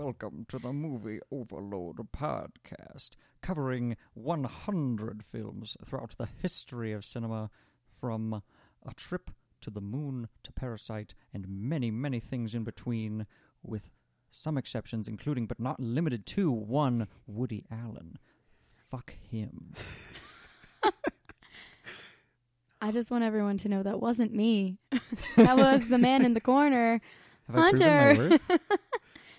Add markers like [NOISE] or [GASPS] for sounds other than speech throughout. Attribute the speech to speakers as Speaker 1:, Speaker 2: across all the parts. Speaker 1: the Movie Overload podcast, covering 100 films throughout the history of cinema, from A Trip to the Moon to Parasite, and many, many things in between, with some exceptions, including but not limited to one Woody Allen. Fuck him.
Speaker 2: I just want everyone to know that
Speaker 1: [LAUGHS]
Speaker 2: wasn't me. that was the man in the corner.
Speaker 3: Have I proven my
Speaker 2: Hunter. [LAUGHS]
Speaker 3: worth?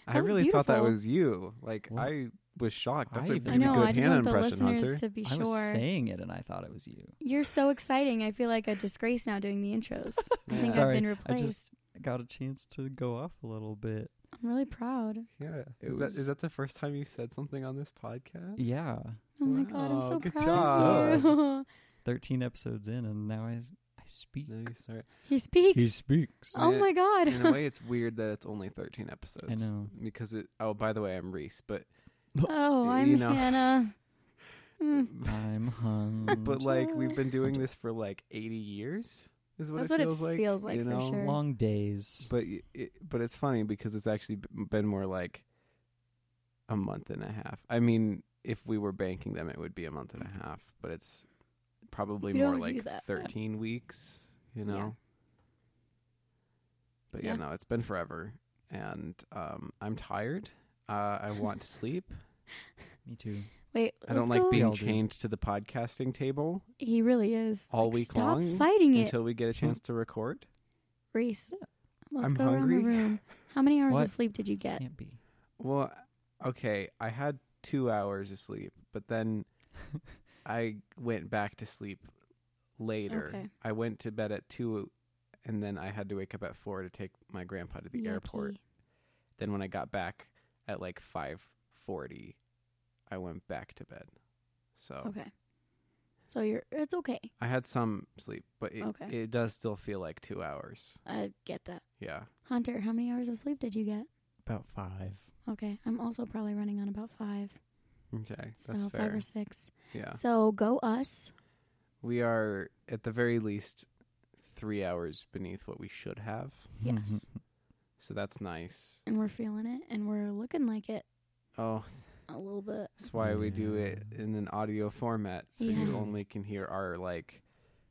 Speaker 3: I
Speaker 2: That was
Speaker 3: really thought that
Speaker 2: beautiful.
Speaker 3: was you. Like
Speaker 1: Well,
Speaker 3: I was shocked. That's
Speaker 1: I
Speaker 3: a
Speaker 1: even-
Speaker 2: I
Speaker 3: really
Speaker 2: know.
Speaker 3: good
Speaker 2: I just
Speaker 3: Hannah
Speaker 2: want the
Speaker 3: impression,
Speaker 2: listeners
Speaker 3: Hunter.
Speaker 2: to be
Speaker 1: I was
Speaker 2: sure.
Speaker 1: saying it, and I thought it was you.
Speaker 2: You're so exciting. I feel like a disgrace now doing the
Speaker 1: [LAUGHS]
Speaker 2: intros. I think
Speaker 1: Sorry,
Speaker 2: I've been
Speaker 1: I
Speaker 2: replaced.
Speaker 1: just got a chance to go off a little bit.
Speaker 2: I'm really proud.
Speaker 3: Yeah.
Speaker 1: It
Speaker 3: Is, that,
Speaker 1: was-
Speaker 3: is that the first time you said something on this podcast?
Speaker 1: Yeah,
Speaker 2: Oh my god, I'm
Speaker 3: Wow,
Speaker 2: so
Speaker 3: good
Speaker 2: proud of
Speaker 3: job.
Speaker 2: you. [LAUGHS]
Speaker 1: thirteen episodes in, and now I s- I speak.
Speaker 3: Nice. All right.
Speaker 2: he speaks.
Speaker 1: speaks.
Speaker 2: oh
Speaker 3: Yeah,
Speaker 2: my god.
Speaker 3: In a way, it's weird that it's only 13 episodes.
Speaker 1: I know.
Speaker 3: Because it. Oh, by the way, I'm Reese,
Speaker 2: [LAUGHS]
Speaker 3: but
Speaker 2: [LAUGHS] oh, I'm
Speaker 3: you know. [LAUGHS]
Speaker 2: Hannah. Mm, [LAUGHS]
Speaker 1: I'm hung.
Speaker 3: but like we've been doing
Speaker 1: Hunter.
Speaker 3: this for like 80 years. Is what
Speaker 2: That's
Speaker 3: it
Speaker 2: what it
Speaker 3: feels like.
Speaker 2: feels like
Speaker 3: you
Speaker 2: for
Speaker 3: know?
Speaker 2: sure.
Speaker 1: long days.
Speaker 3: But y- it, but it's funny because it's actually b- been more like a month and a half. I mean, if we were banking them, it would be a month and a half. But it's probably
Speaker 2: We
Speaker 3: more
Speaker 2: Mm-hmm. don't view
Speaker 3: like
Speaker 2: that.
Speaker 3: thirteen weeks. You
Speaker 2: Yeah.
Speaker 3: know. But yeah,
Speaker 2: Yeah.
Speaker 3: no, it's been forever, and um, I'm tired. Uh, I want to
Speaker 2: [LAUGHS]
Speaker 3: sleep.
Speaker 1: Me too.
Speaker 2: Wait,
Speaker 3: I don't
Speaker 2: let's
Speaker 3: like
Speaker 2: go-
Speaker 3: being
Speaker 1: all do.
Speaker 3: chained to the podcasting table
Speaker 2: He really is.
Speaker 3: all
Speaker 2: Like,
Speaker 3: week
Speaker 2: stop
Speaker 3: long
Speaker 2: fighting it,
Speaker 3: until we get a chance to record.
Speaker 2: Reese. Let's
Speaker 3: I'm
Speaker 2: go
Speaker 3: hungry.
Speaker 2: around the room. How many hours
Speaker 1: What?
Speaker 2: of sleep did you get?
Speaker 1: Can't be.
Speaker 3: Well, okay, I had two hours of sleep,
Speaker 2: [LAUGHS]
Speaker 3: but then I went back to sleep later.
Speaker 2: Okay.
Speaker 3: I went to bed at two, and then I had to wake up at four to take my grandpa to the airport.
Speaker 2: Yucky.
Speaker 3: Then when I got back at like five forty, I went back to bed. So
Speaker 2: Okay. So you're it's okay.
Speaker 3: I had some sleep, but it,
Speaker 2: Okay.
Speaker 3: it does still feel like two hours.
Speaker 2: I get that.
Speaker 3: Yeah.
Speaker 2: Hunter, how many hours of sleep did you get?
Speaker 1: About five.
Speaker 2: Okay. I'm also probably running on about five.
Speaker 3: Okay,
Speaker 2: So
Speaker 3: that's
Speaker 2: Oh, five
Speaker 3: fair.
Speaker 2: or six.
Speaker 3: Yeah.
Speaker 2: So go us.
Speaker 3: We are at the very least three hours beneath what we should have.
Speaker 1: [LAUGHS]
Speaker 2: Yes.
Speaker 3: So that's nice.
Speaker 2: and we're feeling it and we're looking like it
Speaker 3: Oh,
Speaker 2: a little bit.
Speaker 3: that's why we do it
Speaker 1: Yeah.
Speaker 3: in an audio format. So
Speaker 2: Yeah.
Speaker 3: you only can hear our like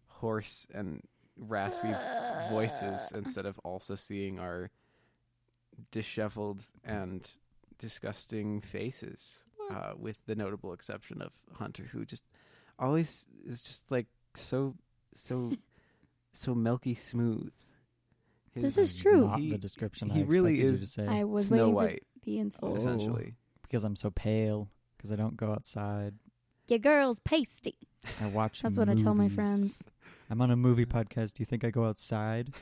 Speaker 3: hoarse and raspy
Speaker 2: Uh,
Speaker 3: voices instead of also seeing our disheveled and disgusting faces.
Speaker 2: Mm.
Speaker 3: Uh, with the notable exception of Hunter, who just always is just like so, so, so milky smooth.
Speaker 2: This is
Speaker 3: His
Speaker 2: true.
Speaker 1: Not
Speaker 3: He-
Speaker 1: the description
Speaker 3: he
Speaker 1: I
Speaker 3: really
Speaker 1: expected you
Speaker 3: is-
Speaker 1: to say.
Speaker 2: I was
Speaker 3: Snow
Speaker 2: waiting
Speaker 3: White,
Speaker 2: for the insult.
Speaker 1: Oh.
Speaker 3: essentially.
Speaker 1: because I'm so pale. Because I don't go outside.
Speaker 2: Your girl's pasty. [LAUGHS]
Speaker 1: I watch.
Speaker 2: That's what I tell my
Speaker 1: movies.
Speaker 2: friends. [LAUGHS]
Speaker 1: I'm on a movie podcast. Do you think I go outside?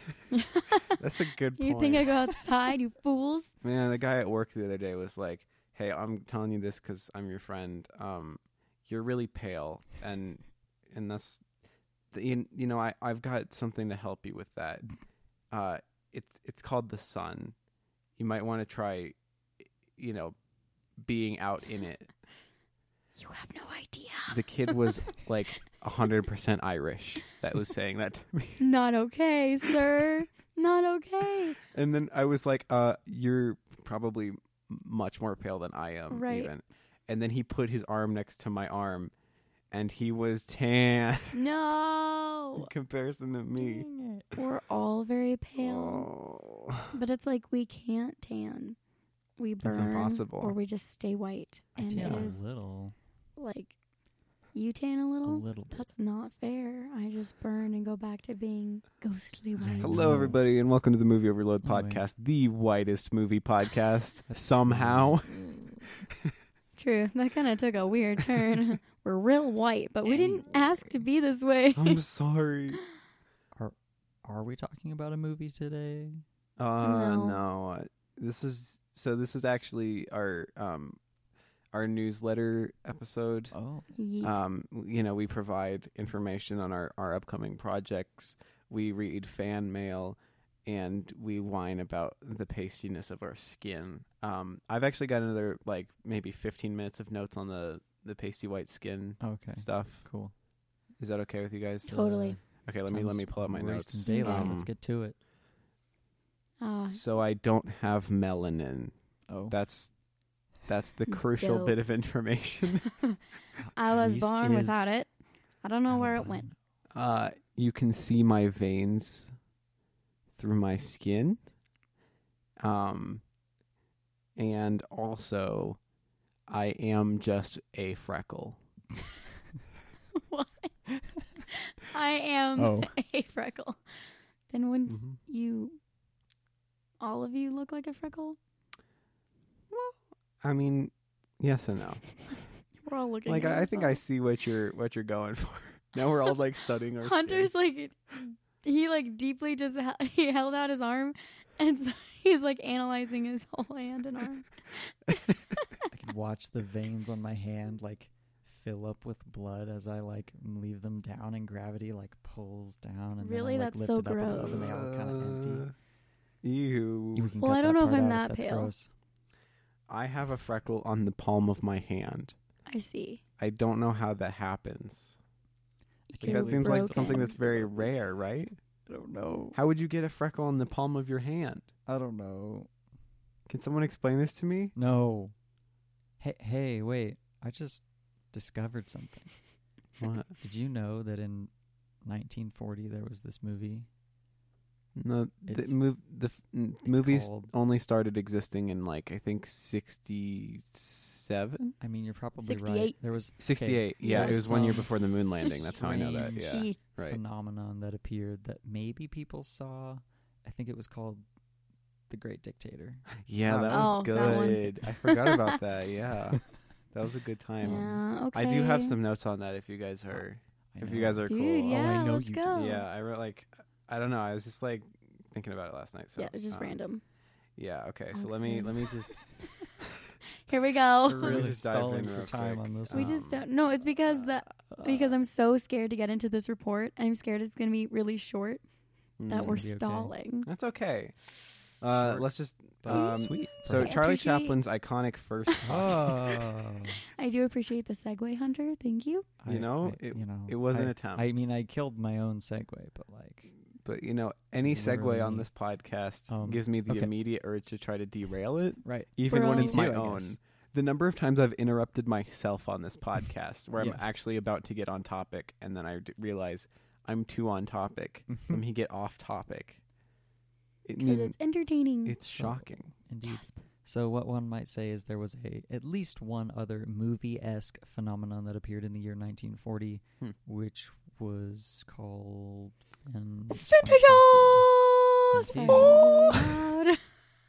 Speaker 3: [LAUGHS] That's a good point.
Speaker 2: You think I go outside, you fools?
Speaker 3: [LAUGHS] Man, the guy at work the other day was like, "Hey, I'm telling you this because I'm your friend. Um, you're really pale, and and that's, the, you, you know, I I've got something to help you with that. Uh, it's it's called the sun. You might want to try, you know, being out in it.
Speaker 2: You have no idea.
Speaker 3: The kid was like hundred percent Irish that was saying that to me,
Speaker 2: Not okay,
Speaker 3: [LAUGHS]
Speaker 2: sir. Not okay.
Speaker 3: and then I was like, "Uh, you're probably m- much more pale than I am,
Speaker 2: Right.
Speaker 3: even." And then he put his arm next to my arm, and he was tan [LAUGHS] in
Speaker 2: No.
Speaker 3: comparison to me.
Speaker 1: Dang it.
Speaker 2: We're all very pale.
Speaker 3: Oh.
Speaker 2: But it's like we can't tan. We burn.
Speaker 3: impossible.
Speaker 2: Or we just stay white.
Speaker 1: I
Speaker 2: And
Speaker 1: tan
Speaker 2: it
Speaker 3: Yeah.
Speaker 2: is
Speaker 1: a little.
Speaker 2: like you tan a
Speaker 1: A
Speaker 2: little.
Speaker 1: little bit.
Speaker 2: That's not fair. I just burn and go back to being ghostly white.
Speaker 3: [LAUGHS] Hello,
Speaker 1: know.
Speaker 3: everybody, and welcome to the Movie Overload
Speaker 1: Oh, wait.
Speaker 3: podcast, the whitest movie podcast. Somehow,
Speaker 2: True. That kind of took a weird turn. We're real white, but we didn't
Speaker 1: Anyway.
Speaker 2: ask to be this way.
Speaker 3: [LAUGHS] I'm sorry.
Speaker 1: Are we talking about a movie today?
Speaker 3: Uh,
Speaker 2: No.
Speaker 3: no. uh, This is so. This is actually our um our newsletter episode.
Speaker 1: Oh,
Speaker 2: [LAUGHS] Yeet.
Speaker 3: um, you know, we provide information on our, our upcoming projects. We read fan mail and we whine about the pastiness of our skin. Um, I've actually got another like maybe 15 minutes of notes on the, the pasty white skin
Speaker 1: okay,
Speaker 3: stuff.
Speaker 1: cool.
Speaker 3: Is that okay with you guys? Uh,
Speaker 2: Totally.
Speaker 3: Okay, let me let
Speaker 1: Time's
Speaker 3: me pull out my
Speaker 1: racing
Speaker 3: notes.
Speaker 1: Daylight.
Speaker 3: Um,
Speaker 1: Let's get to it.
Speaker 2: Ah, Uh,
Speaker 3: so I don't have melanin.
Speaker 1: Oh,
Speaker 3: That's That's the crucial
Speaker 2: Dope.
Speaker 3: bit of information.
Speaker 2: [LAUGHS] I was
Speaker 3: Grease
Speaker 2: born
Speaker 3: is
Speaker 2: without it. I don't know where it went.
Speaker 3: Uh, you can see my veins through my skin. Um, and also, I am just a freckle.
Speaker 2: what? I am
Speaker 1: Oh.
Speaker 2: [LAUGHS] a freckle. Then wouldn't
Speaker 3: Mhm.
Speaker 2: you, all of you, look like a freckle?
Speaker 3: I mean, yes and no.
Speaker 2: We're all looking.
Speaker 3: Like,
Speaker 2: at
Speaker 3: I, I think I
Speaker 2: [LAUGHS] ourselves.
Speaker 3: see what you're what you're going for. [LAUGHS] Now we're all like studying our skin.
Speaker 2: Hunter's like, he like deeply just he- [LAUGHS] he held out his arm, and [LAUGHS] so he's like analyzing his [LAUGHS] whole hand and arm.
Speaker 1: I can watch the veins on my hand like fill up with blood as I like leave them down, and gravity like pulls down. And
Speaker 2: Really?
Speaker 1: then I, like, lift
Speaker 2: That's so
Speaker 1: it up a little,
Speaker 2: gross.
Speaker 1: and they all kind of empty.
Speaker 3: Uh, ew.
Speaker 1: You can
Speaker 2: Well,
Speaker 1: cut
Speaker 2: I don't
Speaker 1: that
Speaker 2: know if
Speaker 1: part
Speaker 2: I'm
Speaker 1: out
Speaker 2: that
Speaker 1: that's
Speaker 2: pale.
Speaker 1: Gross.
Speaker 3: I have a freckle on the palm of my hand.
Speaker 2: I see.
Speaker 3: I don't know how that happens. Like,
Speaker 2: You're
Speaker 3: that seems like something
Speaker 2: broken.
Speaker 3: that's very rare, right?
Speaker 1: I don't know.
Speaker 3: How would you get a freckle on the palm of your hand?
Speaker 1: I don't know.
Speaker 3: Can someone explain this to me?
Speaker 1: No. Hey, hey, wait. I just discovered something.
Speaker 3: What?
Speaker 1: Did you know that in 1940 there was this movie?
Speaker 3: [LAUGHS] No,
Speaker 1: It's-
Speaker 3: the, mov- the f- n-
Speaker 1: It's
Speaker 3: movies
Speaker 1: called-
Speaker 3: only started existing in like I think 67,
Speaker 1: I mean, you're probably right.
Speaker 2: 68.
Speaker 1: There was
Speaker 3: 68. Yeah,
Speaker 1: There
Speaker 3: it
Speaker 1: was
Speaker 3: was one year
Speaker 1: some
Speaker 3: before the moon landing. That's how I know that.
Speaker 1: strange-
Speaker 3: Yeah,
Speaker 2: Gee.
Speaker 3: right.
Speaker 1: phenomenon that appeared that maybe people saw. I think it was called The Great
Speaker 3: [LAUGHS]
Speaker 1: Dictator.
Speaker 3: Yeah, that
Speaker 2: Oh,
Speaker 3: was
Speaker 2: that one.
Speaker 3: good. I forgot about
Speaker 1: [LAUGHS]
Speaker 3: that. Yeah, that was a good time.
Speaker 2: Yeah. Okay.
Speaker 3: um, I do have some notes on that. If you guys are,
Speaker 1: I
Speaker 3: if
Speaker 1: know.
Speaker 3: you guys are
Speaker 2: Dude,
Speaker 3: cool.
Speaker 1: Oh,
Speaker 2: yeah.
Speaker 1: I know
Speaker 2: let's
Speaker 1: you do.
Speaker 2: go.
Speaker 3: Yeah, I wrote like I don't know. I was just like thinking about it last night. So
Speaker 2: yeah. It's just
Speaker 3: um,
Speaker 2: random.
Speaker 3: Yeah. Okay. So let me
Speaker 2: Okay.
Speaker 3: let me just.
Speaker 2: Here
Speaker 1: [LAUGHS]
Speaker 2: we go.
Speaker 3: [LAUGHS] We're really
Speaker 1: Really
Speaker 3: just dive
Speaker 1: stalling
Speaker 3: in
Speaker 1: for
Speaker 3: real
Speaker 1: time
Speaker 3: quick.
Speaker 1: on this
Speaker 2: Oh. We
Speaker 1: one.
Speaker 2: just
Speaker 3: um,
Speaker 2: don't. No, it's because the because
Speaker 1: Uh,
Speaker 2: I'm so scared to get into this report. I'm scared it's going to be really short that
Speaker 1: It's
Speaker 2: we're
Speaker 1: gonna be okay.
Speaker 2: stalling.
Speaker 3: Mm. [LAUGHS] That's okay. Uh,
Speaker 1: Short,
Speaker 3: let's just.
Speaker 1: but
Speaker 3: um,
Speaker 1: sweet.
Speaker 3: So
Speaker 2: Okay.
Speaker 3: Charlie
Speaker 2: Appreciate-
Speaker 3: Chaplin's iconic first.
Speaker 1: [LAUGHS] oh,
Speaker 2: I do appreciate the segue, Hunter. Thank you.
Speaker 1: I-
Speaker 3: [LAUGHS] You know,
Speaker 1: I- you know,
Speaker 3: it was
Speaker 1: I,
Speaker 3: an attempt.
Speaker 1: I mean, I killed my own segue, but like,
Speaker 3: but you know, any segue
Speaker 1: Literally.
Speaker 3: on this podcast
Speaker 1: Um,
Speaker 3: gives me the
Speaker 1: okay.
Speaker 3: immediate urge to try to derail it,
Speaker 1: right?
Speaker 3: [LAUGHS] even when
Speaker 2: Bro.
Speaker 3: it's
Speaker 1: Me
Speaker 3: my
Speaker 1: too, I
Speaker 3: own.
Speaker 1: guess.
Speaker 3: The number of times I've interrupted myself on this podcast, where
Speaker 1: Yeah.
Speaker 3: I'm actually about to get on topic, and then I d- realize I'm too on topic.
Speaker 1: Hmm.
Speaker 3: Let me get off topic. It
Speaker 2: Because
Speaker 3: mean-
Speaker 2: it's entertaining.
Speaker 3: It's shocking.
Speaker 1: [LAUGHS] Indeed. So what one might say is there was a at least one other movie-esque phenomenon that appeared in the year 1940,
Speaker 3: Hmm.
Speaker 1: which was called and
Speaker 2: Fantasia!
Speaker 1: Fantasia.
Speaker 2: Sorry.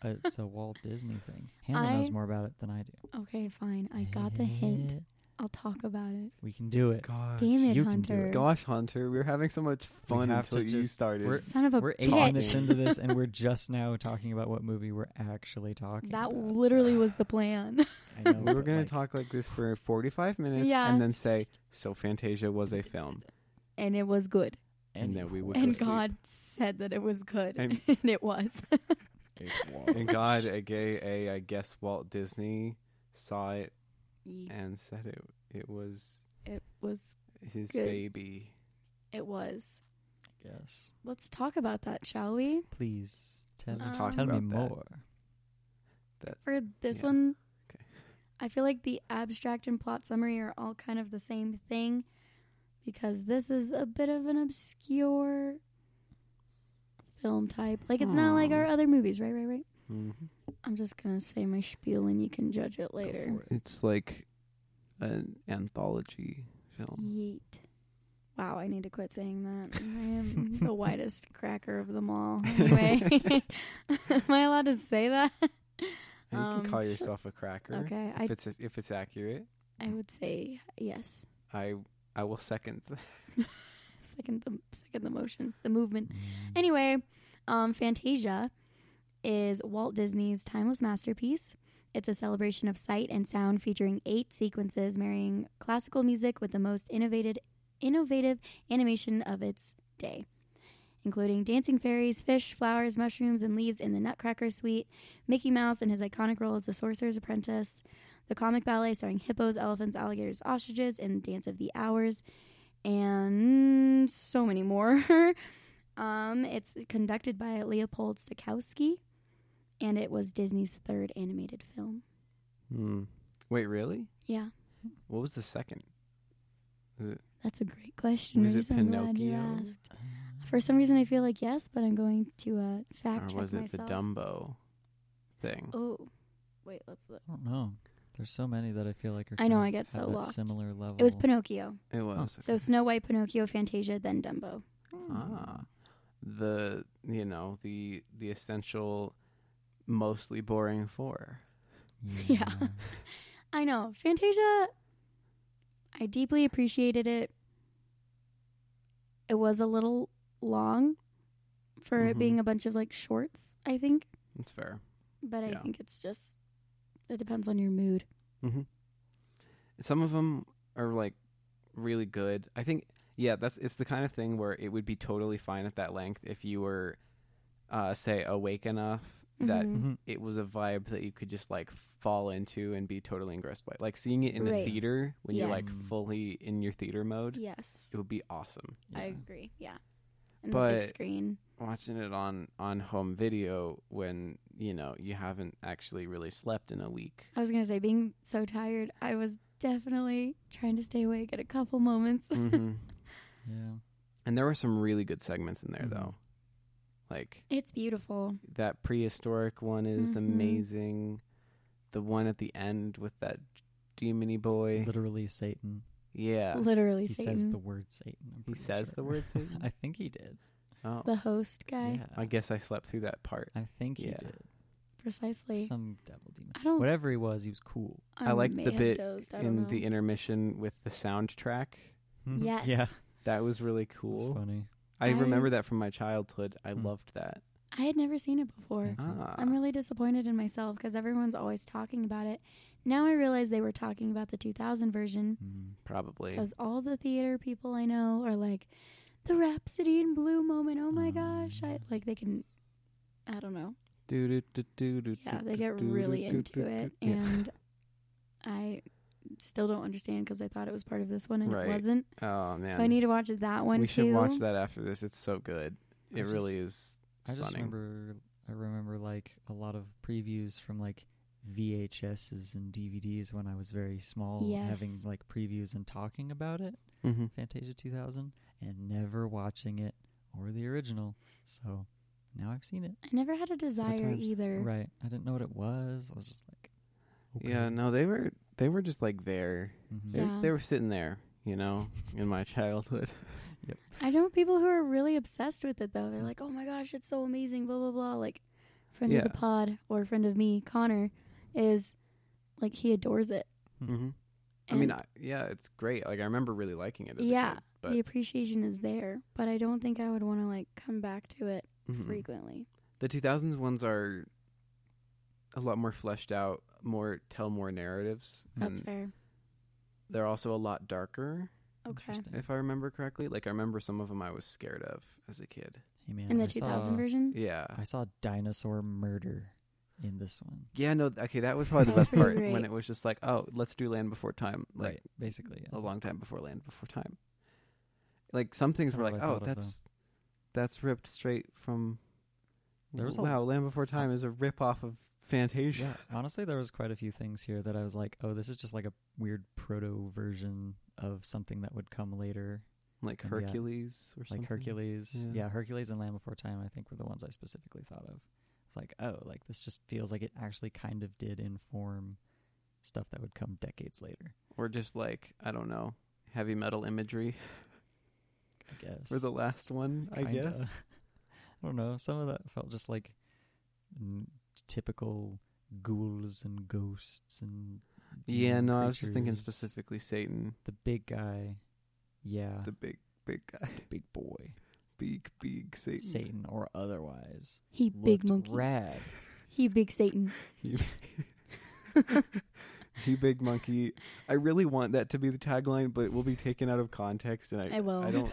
Speaker 1: It's a Walt Disney thing. Hannah knows
Speaker 2: I-
Speaker 1: more about it than I do.
Speaker 2: [LAUGHS] okay, fine. I got the hint.
Speaker 1: Eh,
Speaker 2: I'll talk about it.
Speaker 1: We can do it.
Speaker 3: Gosh.
Speaker 2: Damn it,
Speaker 1: you can do it.
Speaker 2: Hunter.
Speaker 3: Gosh, Hunter, we were having so much fun
Speaker 1: have
Speaker 3: until
Speaker 1: to
Speaker 3: you
Speaker 1: just-
Speaker 3: started.
Speaker 1: we're-
Speaker 2: Son of a
Speaker 1: We're eight
Speaker 2: bitch.
Speaker 1: minutes into this, and
Speaker 2: [LAUGHS]
Speaker 1: we're just now talking about what movie we're actually talking.
Speaker 2: that
Speaker 1: about, so-
Speaker 2: literally was the plan.
Speaker 1: I know,
Speaker 2: [LAUGHS]
Speaker 3: we were
Speaker 1: but,
Speaker 3: going
Speaker 1: like,
Speaker 3: to talk like this for 45 minutes
Speaker 2: Yeah.
Speaker 3: and then say, so Fantasia was a film.
Speaker 2: and it was good.
Speaker 3: and then we would
Speaker 1: anyway.
Speaker 2: And
Speaker 3: [LAUGHS] sleep.
Speaker 2: God said that it was good. [LAUGHS] And,
Speaker 3: And-
Speaker 2: it was.
Speaker 3: And God, a gay, a, I guess Walt Disney saw it and said it it was
Speaker 2: it was.
Speaker 3: his
Speaker 2: Good.
Speaker 3: baby.
Speaker 2: It was.
Speaker 1: Yes,
Speaker 2: Let's talk about that, shall we?
Speaker 1: please tell,
Speaker 2: Let's talk
Speaker 1: tell me
Speaker 3: about that.
Speaker 1: more.
Speaker 2: For this
Speaker 3: Yeah.
Speaker 2: one,
Speaker 3: Okay.
Speaker 2: I feel like the abstract and plot summary are all kind of the same thing because this is a bit of an obscure film type. Like, it's not like
Speaker 3: Aw.
Speaker 2: our other movies, right? Right? Right?
Speaker 3: hmm
Speaker 2: I'm just going to say my spiel and you can judge it later.
Speaker 3: It's like an anthology film.
Speaker 2: Yeet. Wow, I need to quit saying
Speaker 3: [LAUGHS]
Speaker 2: that. I am the widest cracker of them all. Anyway, [LAUGHS] am I allowed to say that?
Speaker 3: And you
Speaker 2: Um,
Speaker 3: can call yourself a cracker
Speaker 2: Okay, I
Speaker 3: if it's if it's accurate.
Speaker 2: I would say yes.
Speaker 3: I I will second. th-
Speaker 2: Second the second the motion, the movement.
Speaker 1: Mm.
Speaker 2: Anyway, um, Fantasia is Walt Disney's timeless masterpiece. It's a celebration of sight and sound featuring eight sequences marrying classical music with the most innovative, innovative animation of its day, including dancing fairies, fish, flowers, mushrooms, and leaves in the Nutcracker Suite, Mickey Mouse in his iconic role as the Sorcerer's Apprentice, the comic ballet starring hippos, elephants, alligators, ostriches, and Dance of the Hours, and so many more. [LAUGHS] Um, it's conducted by Leopold Stokowski, and it was Disney's third animated film.
Speaker 3: Hmm. Wait, really?
Speaker 2: Yeah,
Speaker 3: What was the second?
Speaker 2: that's a great question.
Speaker 3: Was it
Speaker 2: Reese, I'm glad you
Speaker 3: Pinocchio?
Speaker 2: asked. For some reason, I feel like yes, but I'm going to uh, fact
Speaker 3: or
Speaker 2: check
Speaker 3: was it
Speaker 2: myself.
Speaker 3: the Dumbo thing?
Speaker 2: Oh, wait, let's look.
Speaker 1: I don't know. There's so many that I feel like are.
Speaker 2: I know,
Speaker 1: kind
Speaker 2: I
Speaker 1: of have
Speaker 2: get so
Speaker 1: that
Speaker 2: lost.
Speaker 1: Similar level.
Speaker 2: It was
Speaker 3: Oh.
Speaker 2: Pinocchio.
Speaker 3: It was.
Speaker 2: So Snow White, Pinocchio, Fantasia, then Dumbo.
Speaker 1: Hmm.
Speaker 3: Ah, the you know the the essential, mostly boring four.
Speaker 2: Yeah. I know. Fantasia, I deeply appreciated it. It was a little long for it
Speaker 3: Mhm.
Speaker 2: being a bunch of like shorts, I think.
Speaker 3: That's fair.
Speaker 2: But I
Speaker 3: Yeah.
Speaker 2: think it's just, it depends on your mood.
Speaker 3: Mm-hmm. Some of them are like really good. I think yeah, that's it's the kind of thing where it would be totally fine at that length if you were, uh, say, awake enough that
Speaker 2: Mhm.
Speaker 1: Mhm.
Speaker 3: it was a vibe that you could just like fall into and be totally engrossed by. Like seeing it in
Speaker 2: Right.
Speaker 3: a theater when you're like
Speaker 1: Yes.
Speaker 3: fully in your theater mode,
Speaker 2: Yes.
Speaker 3: it would be awesome.
Speaker 2: [LAUGHS] I
Speaker 1: Yeah.
Speaker 2: agree. Yeah. And the big
Speaker 3: But-
Speaker 2: screen.
Speaker 3: watching it on on home video when you know you haven't actually really slept in a week
Speaker 2: I was going to say, being so tired, I was definitely trying to stay awake at a couple moments.
Speaker 3: hmm
Speaker 1: [LAUGHS] Yeah.
Speaker 3: [LAUGHS] and there were some really good segments in there
Speaker 1: Mhm.
Speaker 3: though like
Speaker 2: It's beautiful.
Speaker 3: that prehistoric one is
Speaker 2: Mhm.
Speaker 3: amazing the one at the end with that demony boy
Speaker 1: Literally Satan.
Speaker 3: yeah
Speaker 2: Literally,
Speaker 1: he
Speaker 2: Satan.
Speaker 1: says the word Satan. I'm
Speaker 3: he
Speaker 1: pretty
Speaker 3: says
Speaker 1: sure.
Speaker 3: the word
Speaker 2: [LAUGHS]
Speaker 3: Satan?
Speaker 1: I think he did.
Speaker 3: oh
Speaker 2: the host guy.
Speaker 1: Yeah.
Speaker 3: i guess i slept through that part
Speaker 1: I think he
Speaker 3: Yeah.
Speaker 2: Precisely.
Speaker 1: did. Some devil demon.
Speaker 2: I don't.
Speaker 1: Whatever he was, he was cool.
Speaker 3: i liked
Speaker 2: may
Speaker 3: the
Speaker 2: have
Speaker 3: bit
Speaker 2: dozed, I don't
Speaker 3: in
Speaker 2: know.
Speaker 3: the intermission with the soundtrack
Speaker 2: Yes.
Speaker 1: Yeah.
Speaker 3: that was really
Speaker 1: It's
Speaker 3: Hmm? cool
Speaker 1: funny.
Speaker 3: i
Speaker 2: I- Hmm.
Speaker 3: remember that from my childhood i
Speaker 1: Mm.
Speaker 3: loved that
Speaker 2: I had never seen it before.
Speaker 1: It's fun.
Speaker 3: ah.
Speaker 2: I'm really disappointed in myself because everyone's always talking about it. Now I realize they were talking about the 2000 version
Speaker 3: Hmm.
Speaker 1: Mm.
Speaker 3: probably
Speaker 2: because all the theater people I know are like, the Rhapsody in Blue moment. Oh my
Speaker 1: Oh,
Speaker 2: gosh!
Speaker 3: Mm.
Speaker 1: yeah.
Speaker 2: I like they can. I don't know.
Speaker 3: do, do, do, do,
Speaker 2: Yeah,
Speaker 3: do,
Speaker 2: they
Speaker 3: do,
Speaker 2: get
Speaker 3: do, do,
Speaker 2: really
Speaker 3: do,
Speaker 2: into
Speaker 3: do,
Speaker 2: it,
Speaker 3: do. Yeah.
Speaker 2: and I still don't understand because I thought it was part of this one and
Speaker 3: Right.
Speaker 2: it wasn't.
Speaker 3: oh man,
Speaker 2: So I need to watch that one
Speaker 3: we
Speaker 2: too.
Speaker 3: should watch that after this. It's so good.
Speaker 1: I
Speaker 3: It really is
Speaker 1: I just
Speaker 3: stunning.
Speaker 1: remember I remember like a lot of previews from like VHSs and DVDs when I was very small, having
Speaker 2: Yes.
Speaker 1: like previews and talking about it,
Speaker 2: Mm-hmm.
Speaker 3: hmm
Speaker 1: Fantasia 2000, and never watching it or the original. So now I've seen it.
Speaker 2: I never had a desire
Speaker 3: Sometimes.
Speaker 2: either.
Speaker 1: Right. I didn't know what it was. I was just like, okay.
Speaker 3: Yeah, no, they were they were just like there.
Speaker 1: Mhm.
Speaker 3: They,
Speaker 2: Yeah.
Speaker 3: were, they were sitting there, you know, in my childhood.
Speaker 2: I know people who are really obsessed with it though. They're like, "Oh my gosh, it's so amazing!" Blah blah blah. Like, friend of the
Speaker 3: Yeah.
Speaker 2: pod or friend of me, Connor, is like he adores it.
Speaker 3: hmm I mean,
Speaker 2: Mm-hmm. And
Speaker 3: I, yeah, it's great. Like I remember really liking it. As
Speaker 2: Yeah,
Speaker 3: a kid, but
Speaker 2: the appreciation is there, but I don't think I would want to like come back to it
Speaker 3: mhm.
Speaker 2: frequently.
Speaker 3: the 2000s ones are a lot more fleshed out, more tell more narratives,
Speaker 2: That's
Speaker 3: and
Speaker 2: fair.
Speaker 3: they're also a lot darker.
Speaker 2: Okay.
Speaker 1: Interesting.
Speaker 3: If I remember correctly, like I remember some of them I was scared of as a kid.
Speaker 1: Hey, man,
Speaker 2: In the
Speaker 1: I
Speaker 2: 2000
Speaker 1: saw-
Speaker 2: version,
Speaker 3: Yeah.
Speaker 1: I saw dinosaur murder in this one.
Speaker 3: Yeah, no, th- okay, that was probably the
Speaker 2: That was
Speaker 1: [LAUGHS]
Speaker 3: best part
Speaker 2: pretty
Speaker 3: when
Speaker 2: great.
Speaker 3: it was just like, oh, let's do Land Before Time, like
Speaker 1: right. Basically. Yeah.
Speaker 3: a long time before Land Before Time. Like some things
Speaker 1: kinda
Speaker 3: were
Speaker 1: what
Speaker 3: like,
Speaker 1: I thought
Speaker 3: oh,
Speaker 1: of, though.
Speaker 3: that's that's ripped straight from.
Speaker 1: There was a-
Speaker 3: wow, Land Before Time is a rip off of Fantasia.
Speaker 1: Yeah, honestly, there was quite a few things here that I was like, "Oh, this is just like a weird proto version of something that would come later,
Speaker 3: Like
Speaker 1: And yeah,
Speaker 3: Hercules or something.
Speaker 1: like Hercules." Yeah.
Speaker 3: Yeah.
Speaker 1: Hercules and Land Before Time, I think, were the ones I specifically thought of. It's like, oh, like this just feels like it actually kind of did inform stuff that would come decades later.
Speaker 3: Or just like, I don't know, heavy metal imagery
Speaker 1: I guess.
Speaker 3: for the last one, I
Speaker 1: Kinda.
Speaker 3: guess.
Speaker 1: [LAUGHS] I don't know. Some of that felt just like n- typical ghouls and ghosts and
Speaker 3: Yeah,
Speaker 1: demon
Speaker 3: no, I was just thinking
Speaker 1: creatures.
Speaker 3: specifically Satan,
Speaker 1: the big guy. Yeah,
Speaker 3: the big, big guy.
Speaker 1: big boy.
Speaker 3: Big, big Satan. [LAUGHS]
Speaker 1: Satan or otherwise.
Speaker 2: he big
Speaker 1: looked
Speaker 2: monkey,
Speaker 1: Rad. [LAUGHS]
Speaker 2: he big Satan.
Speaker 3: You big monkey. I really want that to be the tagline, but it will be taken out of context. And I,
Speaker 2: I will.
Speaker 3: I don't.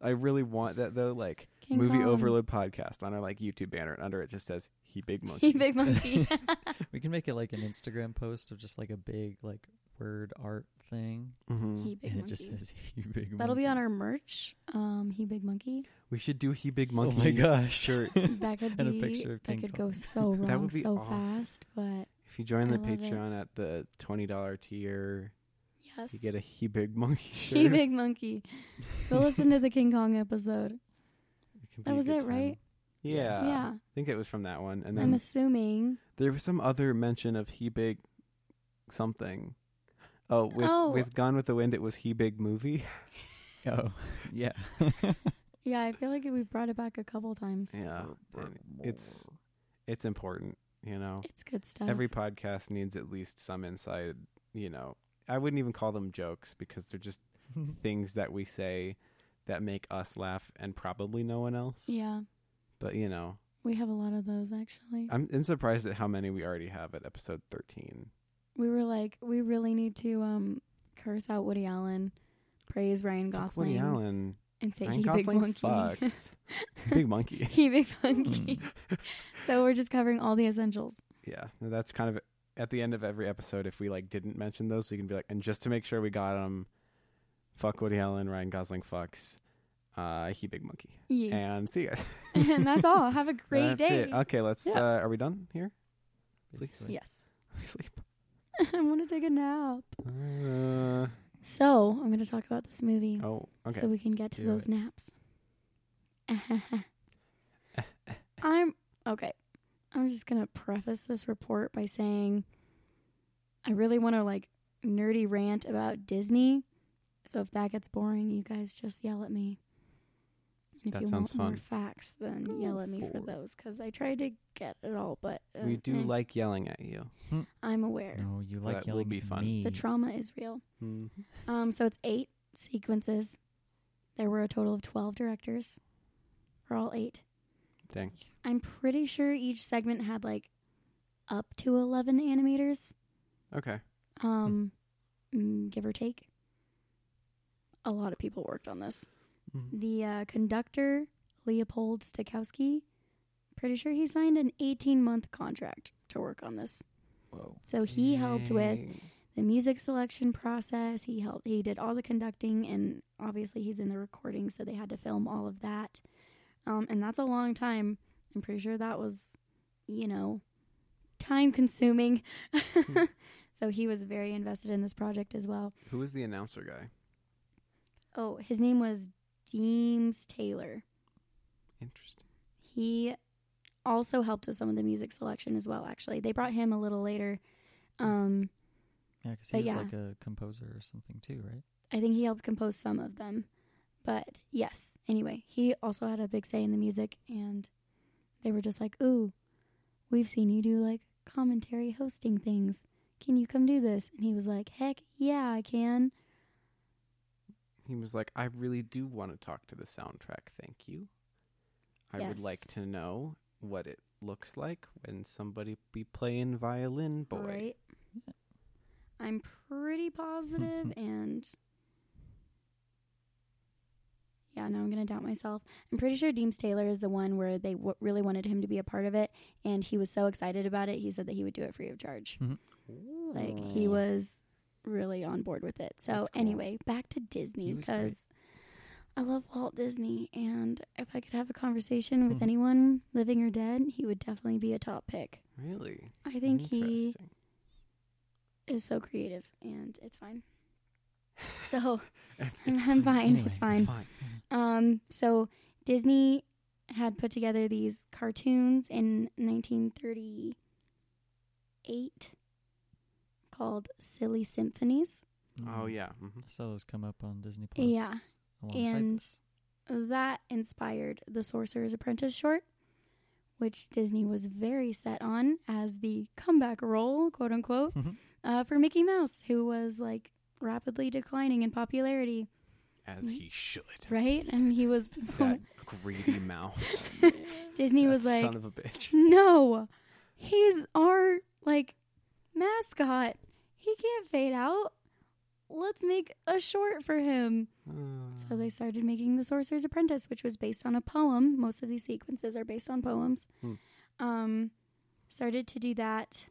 Speaker 3: I really want that though. Like
Speaker 2: King
Speaker 3: movie
Speaker 2: Kong. [LAUGHS]
Speaker 3: overload podcast on our like YouTube banner, and under it just says he big monkey.
Speaker 2: He big
Speaker 1: [LAUGHS]
Speaker 2: monkey. [LAUGHS]
Speaker 1: we can make it like an Instagram post of just like a big like word art thing,
Speaker 3: Mhm.
Speaker 2: he big
Speaker 1: and
Speaker 2: monkey.
Speaker 1: it just says "you big."
Speaker 2: That'll be
Speaker 1: monkey."
Speaker 2: on our merch. Um, he
Speaker 1: [LAUGHS]
Speaker 2: big monkey.
Speaker 3: we should do he big
Speaker 1: Oh
Speaker 3: monkey.
Speaker 1: my gosh!
Speaker 3: shirts.
Speaker 2: That could
Speaker 1: And a
Speaker 2: be
Speaker 1: picture of
Speaker 2: that
Speaker 1: King
Speaker 2: could
Speaker 1: Kong.
Speaker 2: go so wrong
Speaker 3: That would be
Speaker 2: so
Speaker 3: awesome.
Speaker 2: fast, but
Speaker 3: If you join the
Speaker 2: I love it.
Speaker 3: Patreon at the twenty dollar tier,
Speaker 2: Yes. [LAUGHS]
Speaker 3: you get a he big monkey shirt.
Speaker 2: Hey, big monkey. Go listen to the King Kong
Speaker 1: [LAUGHS]
Speaker 2: episode.
Speaker 3: It can be
Speaker 2: That
Speaker 3: a
Speaker 2: was
Speaker 3: good
Speaker 2: it,
Speaker 3: time.
Speaker 2: right?
Speaker 3: Yeah.
Speaker 2: yeah.
Speaker 3: I think it was from that one,
Speaker 1: Mm.
Speaker 3: and
Speaker 2: I'm
Speaker 3: then
Speaker 2: assuming.
Speaker 3: there was some other mention of he big something. Oh, with
Speaker 2: Oh.
Speaker 3: with Gone with the Wind, it was he big movie.
Speaker 1: [LAUGHS]
Speaker 3: [LAUGHS]
Speaker 1: Oh, yeah. [LAUGHS]
Speaker 2: Yeah, I feel like we've brought it back a couple times.
Speaker 3: Yeah, and [LAUGHS] it's it's important, you know.
Speaker 2: It's good stuff.
Speaker 3: Every podcast needs at least some inside, you know. I wouldn't even call them jokes because they're just things that we say that make us laugh and probably no one else.
Speaker 2: yeah,
Speaker 3: But you know,
Speaker 2: we have a lot of those actually.
Speaker 3: I'm I'm surprised at how many we already have at episode 13.
Speaker 2: we were like, we really need to um curse out Woody Allen, praise Ryan
Speaker 3: Fuck
Speaker 2: Gosling,
Speaker 3: Woody Allen.
Speaker 2: and say
Speaker 3: Ryan
Speaker 2: he
Speaker 3: Gosling
Speaker 2: big [LAUGHS] monkey.
Speaker 3: fucks. Big monkey.
Speaker 2: [LAUGHS]
Speaker 3: Hmm.
Speaker 2: he big monkey. so we're just covering all the essentials.
Speaker 3: Yeah, no, that's kind of at the end of every episode. If we like didn't mention those, we can be like, and just to make sure we got them, fuck Woody Allen, Ryan Gosling fucks, uh, he big monkey,
Speaker 2: Yeah.
Speaker 3: and see you guys.
Speaker 2: [LAUGHS] and that's all. Have
Speaker 3: [LAUGHS]
Speaker 2: a great
Speaker 3: That's
Speaker 2: day.
Speaker 3: it. Okay, let's.
Speaker 1: Yeah.
Speaker 3: Uh, are we done here?
Speaker 1: [LAUGHS]
Speaker 3: [LAUGHS]
Speaker 1: Basically.
Speaker 2: Yes. [LAUGHS]
Speaker 3: We sleep.
Speaker 2: I want to take a nap.
Speaker 3: Uh,
Speaker 2: So I'm going to talk about this movie
Speaker 3: oh, okay.
Speaker 2: Mm-hmm. so we can get to
Speaker 1: do
Speaker 2: those
Speaker 1: it.
Speaker 3: [LAUGHS]
Speaker 2: naps. I'm okay. I'm just going to preface this report by saying I really want to like nerdy rant about Disney. So if that gets boring, you guys just yell at me. And if
Speaker 3: That
Speaker 2: you
Speaker 3: sounds
Speaker 2: want more
Speaker 3: fun.
Speaker 2: facts, then
Speaker 3: Go
Speaker 2: yell at me for
Speaker 3: for it.
Speaker 2: those because I try to get it all, but uh,
Speaker 3: we do
Speaker 2: eh,
Speaker 3: like yelling at you.
Speaker 2: I'm aware
Speaker 1: No, Oh, you like
Speaker 3: That will
Speaker 1: yelling
Speaker 3: be
Speaker 1: at
Speaker 3: fun.
Speaker 1: me.
Speaker 2: the trauma is real.
Speaker 3: Mm.
Speaker 2: Um, so it's eight sequences. There were a total of 12 directors for all eight.
Speaker 3: Dang.
Speaker 2: I'm pretty sure each segment had like up to 11 animators,
Speaker 3: Okay.
Speaker 2: um, mm, give or take. A lot of people worked on this.
Speaker 3: Mhm.
Speaker 2: The uh, conductor, Leopold Stokowski, pretty sure he signed an 18 month contract to work on this.
Speaker 1: Whoa.
Speaker 2: So he helped with
Speaker 3: Dang.
Speaker 2: the music selection process. He helped. He did all the conducting, and obviously he's in the recording, so they had to film all of that. Um, and that's a long time. I'm pretty sure that was, you know, time consuming. [LAUGHS] so he was very invested in this project as well.
Speaker 3: Who was the announcer guy?
Speaker 2: Oh, his name was Deems Taylor.
Speaker 3: Interesting.
Speaker 2: He also helped with some of the music selection as well. Actually, they brought him a little later. Um,
Speaker 1: Yeah, because
Speaker 2: But
Speaker 1: he was
Speaker 2: yeah.
Speaker 1: like a composer or something too,
Speaker 2: [LAUGHS]
Speaker 1: right?
Speaker 2: I think he helped compose some of them. But yes, anyway, he also had a big say in the music, and they were just like, Ooh, we've seen you do like commentary hosting things. Can you come do this? And he was like, Heck yeah, I can.
Speaker 3: He was like, I really do want to talk to the soundtrack. Thank you. I would
Speaker 2: Yes.
Speaker 3: like to know what it looks like when somebody be playing violin boy.
Speaker 2: Right? I'm pretty positive, and yeah, now I'm gonna doubt myself. I'm pretty sure Deems Taylor is the one where they w- really wanted him to be a part of it, and he was so excited about it. He said that he would do it free of charge. Like he
Speaker 1: Nice.
Speaker 2: was really on board with it. So
Speaker 3: That's cool.
Speaker 2: anyway, back to Disney
Speaker 3: He was great.
Speaker 2: because I love Walt Disney, and if I could have a conversation
Speaker 3: Hmm.
Speaker 2: with anyone, living or dead, he would definitely be a top pick.
Speaker 3: Really?
Speaker 2: I think he
Speaker 3: Interesting.
Speaker 2: is so creative, and it's fine. So [LAUGHS]
Speaker 3: It's,
Speaker 2: I'm,
Speaker 3: it's
Speaker 2: I'm fine.
Speaker 1: Anyway,
Speaker 2: It's
Speaker 1: it's
Speaker 2: fine.
Speaker 3: It's fine.
Speaker 2: Um, so Disney had put together these cartoons in 1938 called Silly Symphonies.
Speaker 3: Oh
Speaker 1: Mm.
Speaker 3: yeah. mhm.
Speaker 1: I saw those come up on Disney Plus.
Speaker 2: Yeah.
Speaker 1: alongside
Speaker 2: And-
Speaker 1: this.
Speaker 2: That inspired the Sorcerer's Apprentice short, which Disney was very set on as the comeback role, quote unquote,
Speaker 1: Mhm.
Speaker 2: uh, for Mickey Mouse, who was like rapidly declining in popularity,
Speaker 3: As
Speaker 2: Mm-hmm.
Speaker 3: he should.
Speaker 2: [LAUGHS] right? And he was
Speaker 3: That greedy mouse.
Speaker 2: [LAUGHS] Disney
Speaker 3: That
Speaker 2: was like,
Speaker 3: son of a bitch.
Speaker 2: No, he's our like mascot. He can't fade out. Let's make a short for him.
Speaker 3: Uh,
Speaker 2: So they started making The Sorcerer's Apprentice, which was based on a poem. Most of these sequences are based on poems.
Speaker 3: Hmm.
Speaker 2: Um, started to do that,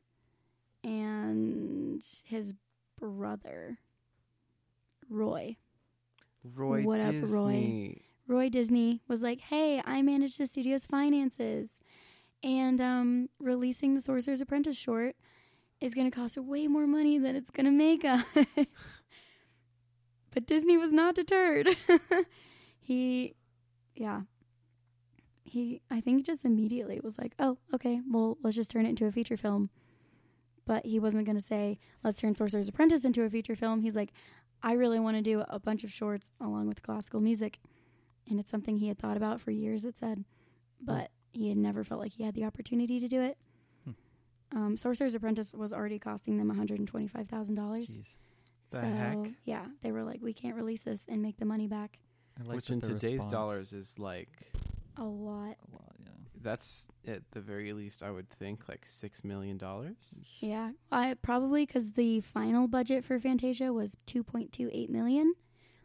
Speaker 2: and his brother, Roy.
Speaker 3: Roy
Speaker 2: What up,
Speaker 3: Disney.
Speaker 2: Roy? Roy Disney was like, "Hey, I manage the studio's finances, and um, releasing the Sorcerer's Apprentice short is going to cost way more money than it's going to make us. [LAUGHS] but Disney was not deterred. [LAUGHS] he, yeah. He, I think, just immediately was like, oh, okay, well, let's just turn it into a feature film. But he wasn't going to say, let's turn Sorcerer's Apprentice into a feature film. He's like, I really want to do a bunch of shorts along with classical music. And it's something he had thought about for years, it said. But he had never felt like he had the opportunity to do it.
Speaker 1: Hmm.
Speaker 2: Um, Sorcerer's Apprentice was already costing them $125,000.
Speaker 1: Jeez.
Speaker 3: The heck?
Speaker 2: Yeah, they were like, we can't release this and make the money back.
Speaker 1: I like
Speaker 3: Which
Speaker 1: that
Speaker 3: in
Speaker 1: the
Speaker 3: today's
Speaker 1: response-
Speaker 3: dollars is like
Speaker 2: A lot.
Speaker 1: A lot, yeah.
Speaker 3: that's at the very least I would think like six million dollars.
Speaker 2: Yeah, I probably because the final budget for Fantasia was 2.28 million,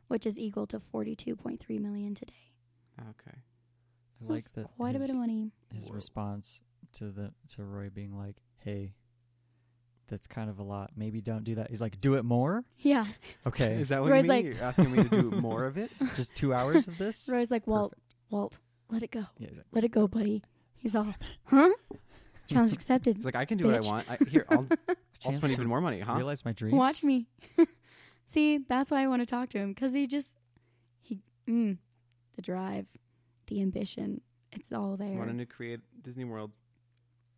Speaker 2: which is equal to 42.3 million today.
Speaker 3: Okay.
Speaker 1: I like
Speaker 2: That's
Speaker 1: that
Speaker 2: quite a bit of
Speaker 1: his-
Speaker 2: money.
Speaker 1: his
Speaker 3: Whoa.
Speaker 1: response to the to Roy being like, "Hey, that's kind of a lot. Maybe don't do that." He's like, "Do it more."
Speaker 2: Yeah,
Speaker 1: Okay,
Speaker 3: [LAUGHS] Is that what
Speaker 2: Whereas,
Speaker 3: you mean?
Speaker 2: like-
Speaker 3: You're asking me to do more of it?
Speaker 1: [LAUGHS] just two hours of this.
Speaker 2: [LAUGHS] Roy's like, Walt, Walt, let it go,
Speaker 1: Yeah, he's like,
Speaker 2: let it go, buddy. He's
Speaker 1: [LAUGHS]
Speaker 2: all, huh? Challenge accepted.
Speaker 3: It's like I can do what
Speaker 2: Bitch.
Speaker 3: I want. I, here,
Speaker 2: [LAUGHS]
Speaker 3: I'll, I'll
Speaker 1: "Chance
Speaker 3: spend
Speaker 1: to
Speaker 3: even more money, huh?
Speaker 1: Realize my dreams.
Speaker 2: Watch me. [LAUGHS] See, that's why I want to talk to him because he just he mm, the drive, the ambition, it's all there,
Speaker 3: Wanting to create Disney World,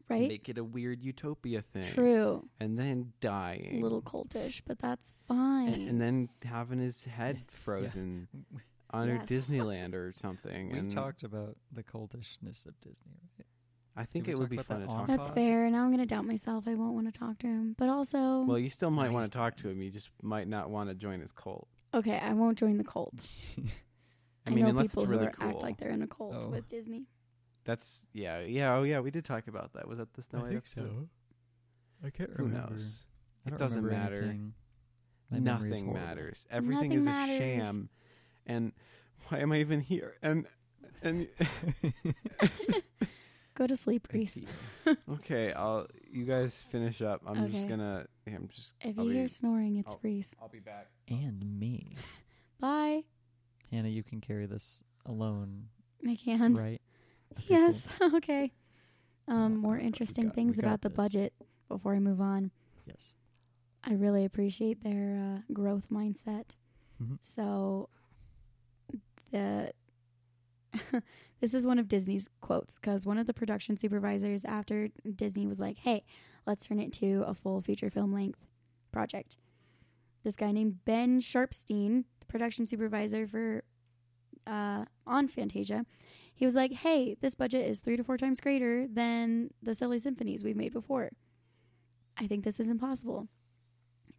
Speaker 2: right?
Speaker 3: make it a weird utopia thing,
Speaker 2: True.
Speaker 3: and then
Speaker 2: A
Speaker 3: dying,
Speaker 2: little cultish, but that's
Speaker 3: and,
Speaker 2: fine.
Speaker 3: and then having
Speaker 1: [LAUGHS]
Speaker 3: his head frozen under
Speaker 2: Yes.
Speaker 3: Disneyland or something.
Speaker 1: We
Speaker 3: and
Speaker 1: talked about the cultishness of Disney. Right?
Speaker 3: I think
Speaker 1: we
Speaker 3: it
Speaker 1: talk
Speaker 3: would be
Speaker 1: about
Speaker 3: fun
Speaker 1: that
Speaker 3: to
Speaker 1: on
Speaker 3: talk.
Speaker 2: That's
Speaker 1: pod?
Speaker 2: fair. Now I'm going to doubt myself. I won't want to talk to him. But also,
Speaker 3: Well, you still might
Speaker 1: Nice
Speaker 3: want to talk to him. You just might not want to join his cult.
Speaker 2: okay, I won't join the cult.
Speaker 3: I, mean,
Speaker 2: know
Speaker 3: unless
Speaker 2: people
Speaker 3: it's really
Speaker 2: who are,
Speaker 3: cool.
Speaker 2: act like they're in a cult
Speaker 1: Oh.
Speaker 2: with Disney.
Speaker 3: That's yeah, yeah, oh yeah. We did talk about that. Was that the
Speaker 1: [LAUGHS]
Speaker 3: Snow
Speaker 1: I
Speaker 3: White
Speaker 1: think
Speaker 3: episode?
Speaker 1: so. I can't
Speaker 3: Who
Speaker 1: remember.
Speaker 3: knows?
Speaker 1: I
Speaker 3: It
Speaker 1: don't
Speaker 3: doesn't
Speaker 1: remember
Speaker 3: matter.
Speaker 1: anything. My memory is
Speaker 3: Nothing
Speaker 1: horrible.
Speaker 3: matters. Everything
Speaker 2: Nothing
Speaker 3: is a
Speaker 2: matters.
Speaker 3: sham. And why am I even here? And and [LAUGHS]
Speaker 2: Go to sleep,
Speaker 1: I
Speaker 2: Reese.
Speaker 1: can't.
Speaker 3: okay, I'll you guys finish up. I'm just
Speaker 2: Okay.
Speaker 3: gonna. yeah, I'm just.
Speaker 2: If
Speaker 3: I'll
Speaker 2: you hear
Speaker 3: be-
Speaker 2: snoring, it's
Speaker 3: I'll-
Speaker 2: Reese.
Speaker 3: I'll be back.
Speaker 1: And me,
Speaker 2: Bye.
Speaker 1: Hannah, you can carry this alone,
Speaker 2: I can. [LAUGHS]
Speaker 1: right? Okay, cool.
Speaker 2: Yes. [LAUGHS] okay.
Speaker 1: Uh,
Speaker 2: Um, more
Speaker 1: we
Speaker 2: interesting
Speaker 1: got-
Speaker 2: things
Speaker 1: we got
Speaker 2: about the
Speaker 1: this.
Speaker 2: budget before I move on.
Speaker 1: Yes.
Speaker 2: I really appreciate their uh, growth mindset.
Speaker 1: Mhm.
Speaker 2: So the [LAUGHS] this is one of Disney's quotes because one of the production supervisors after Disney was like, "Hey, let's turn it to a full feature film length project." This guy named Ben Sharpstein, the production supervisor for uh, on Fantasia, he was like, "Hey, this budget is three to four times greater than the silly symphonies we've made before. I think this is impossible."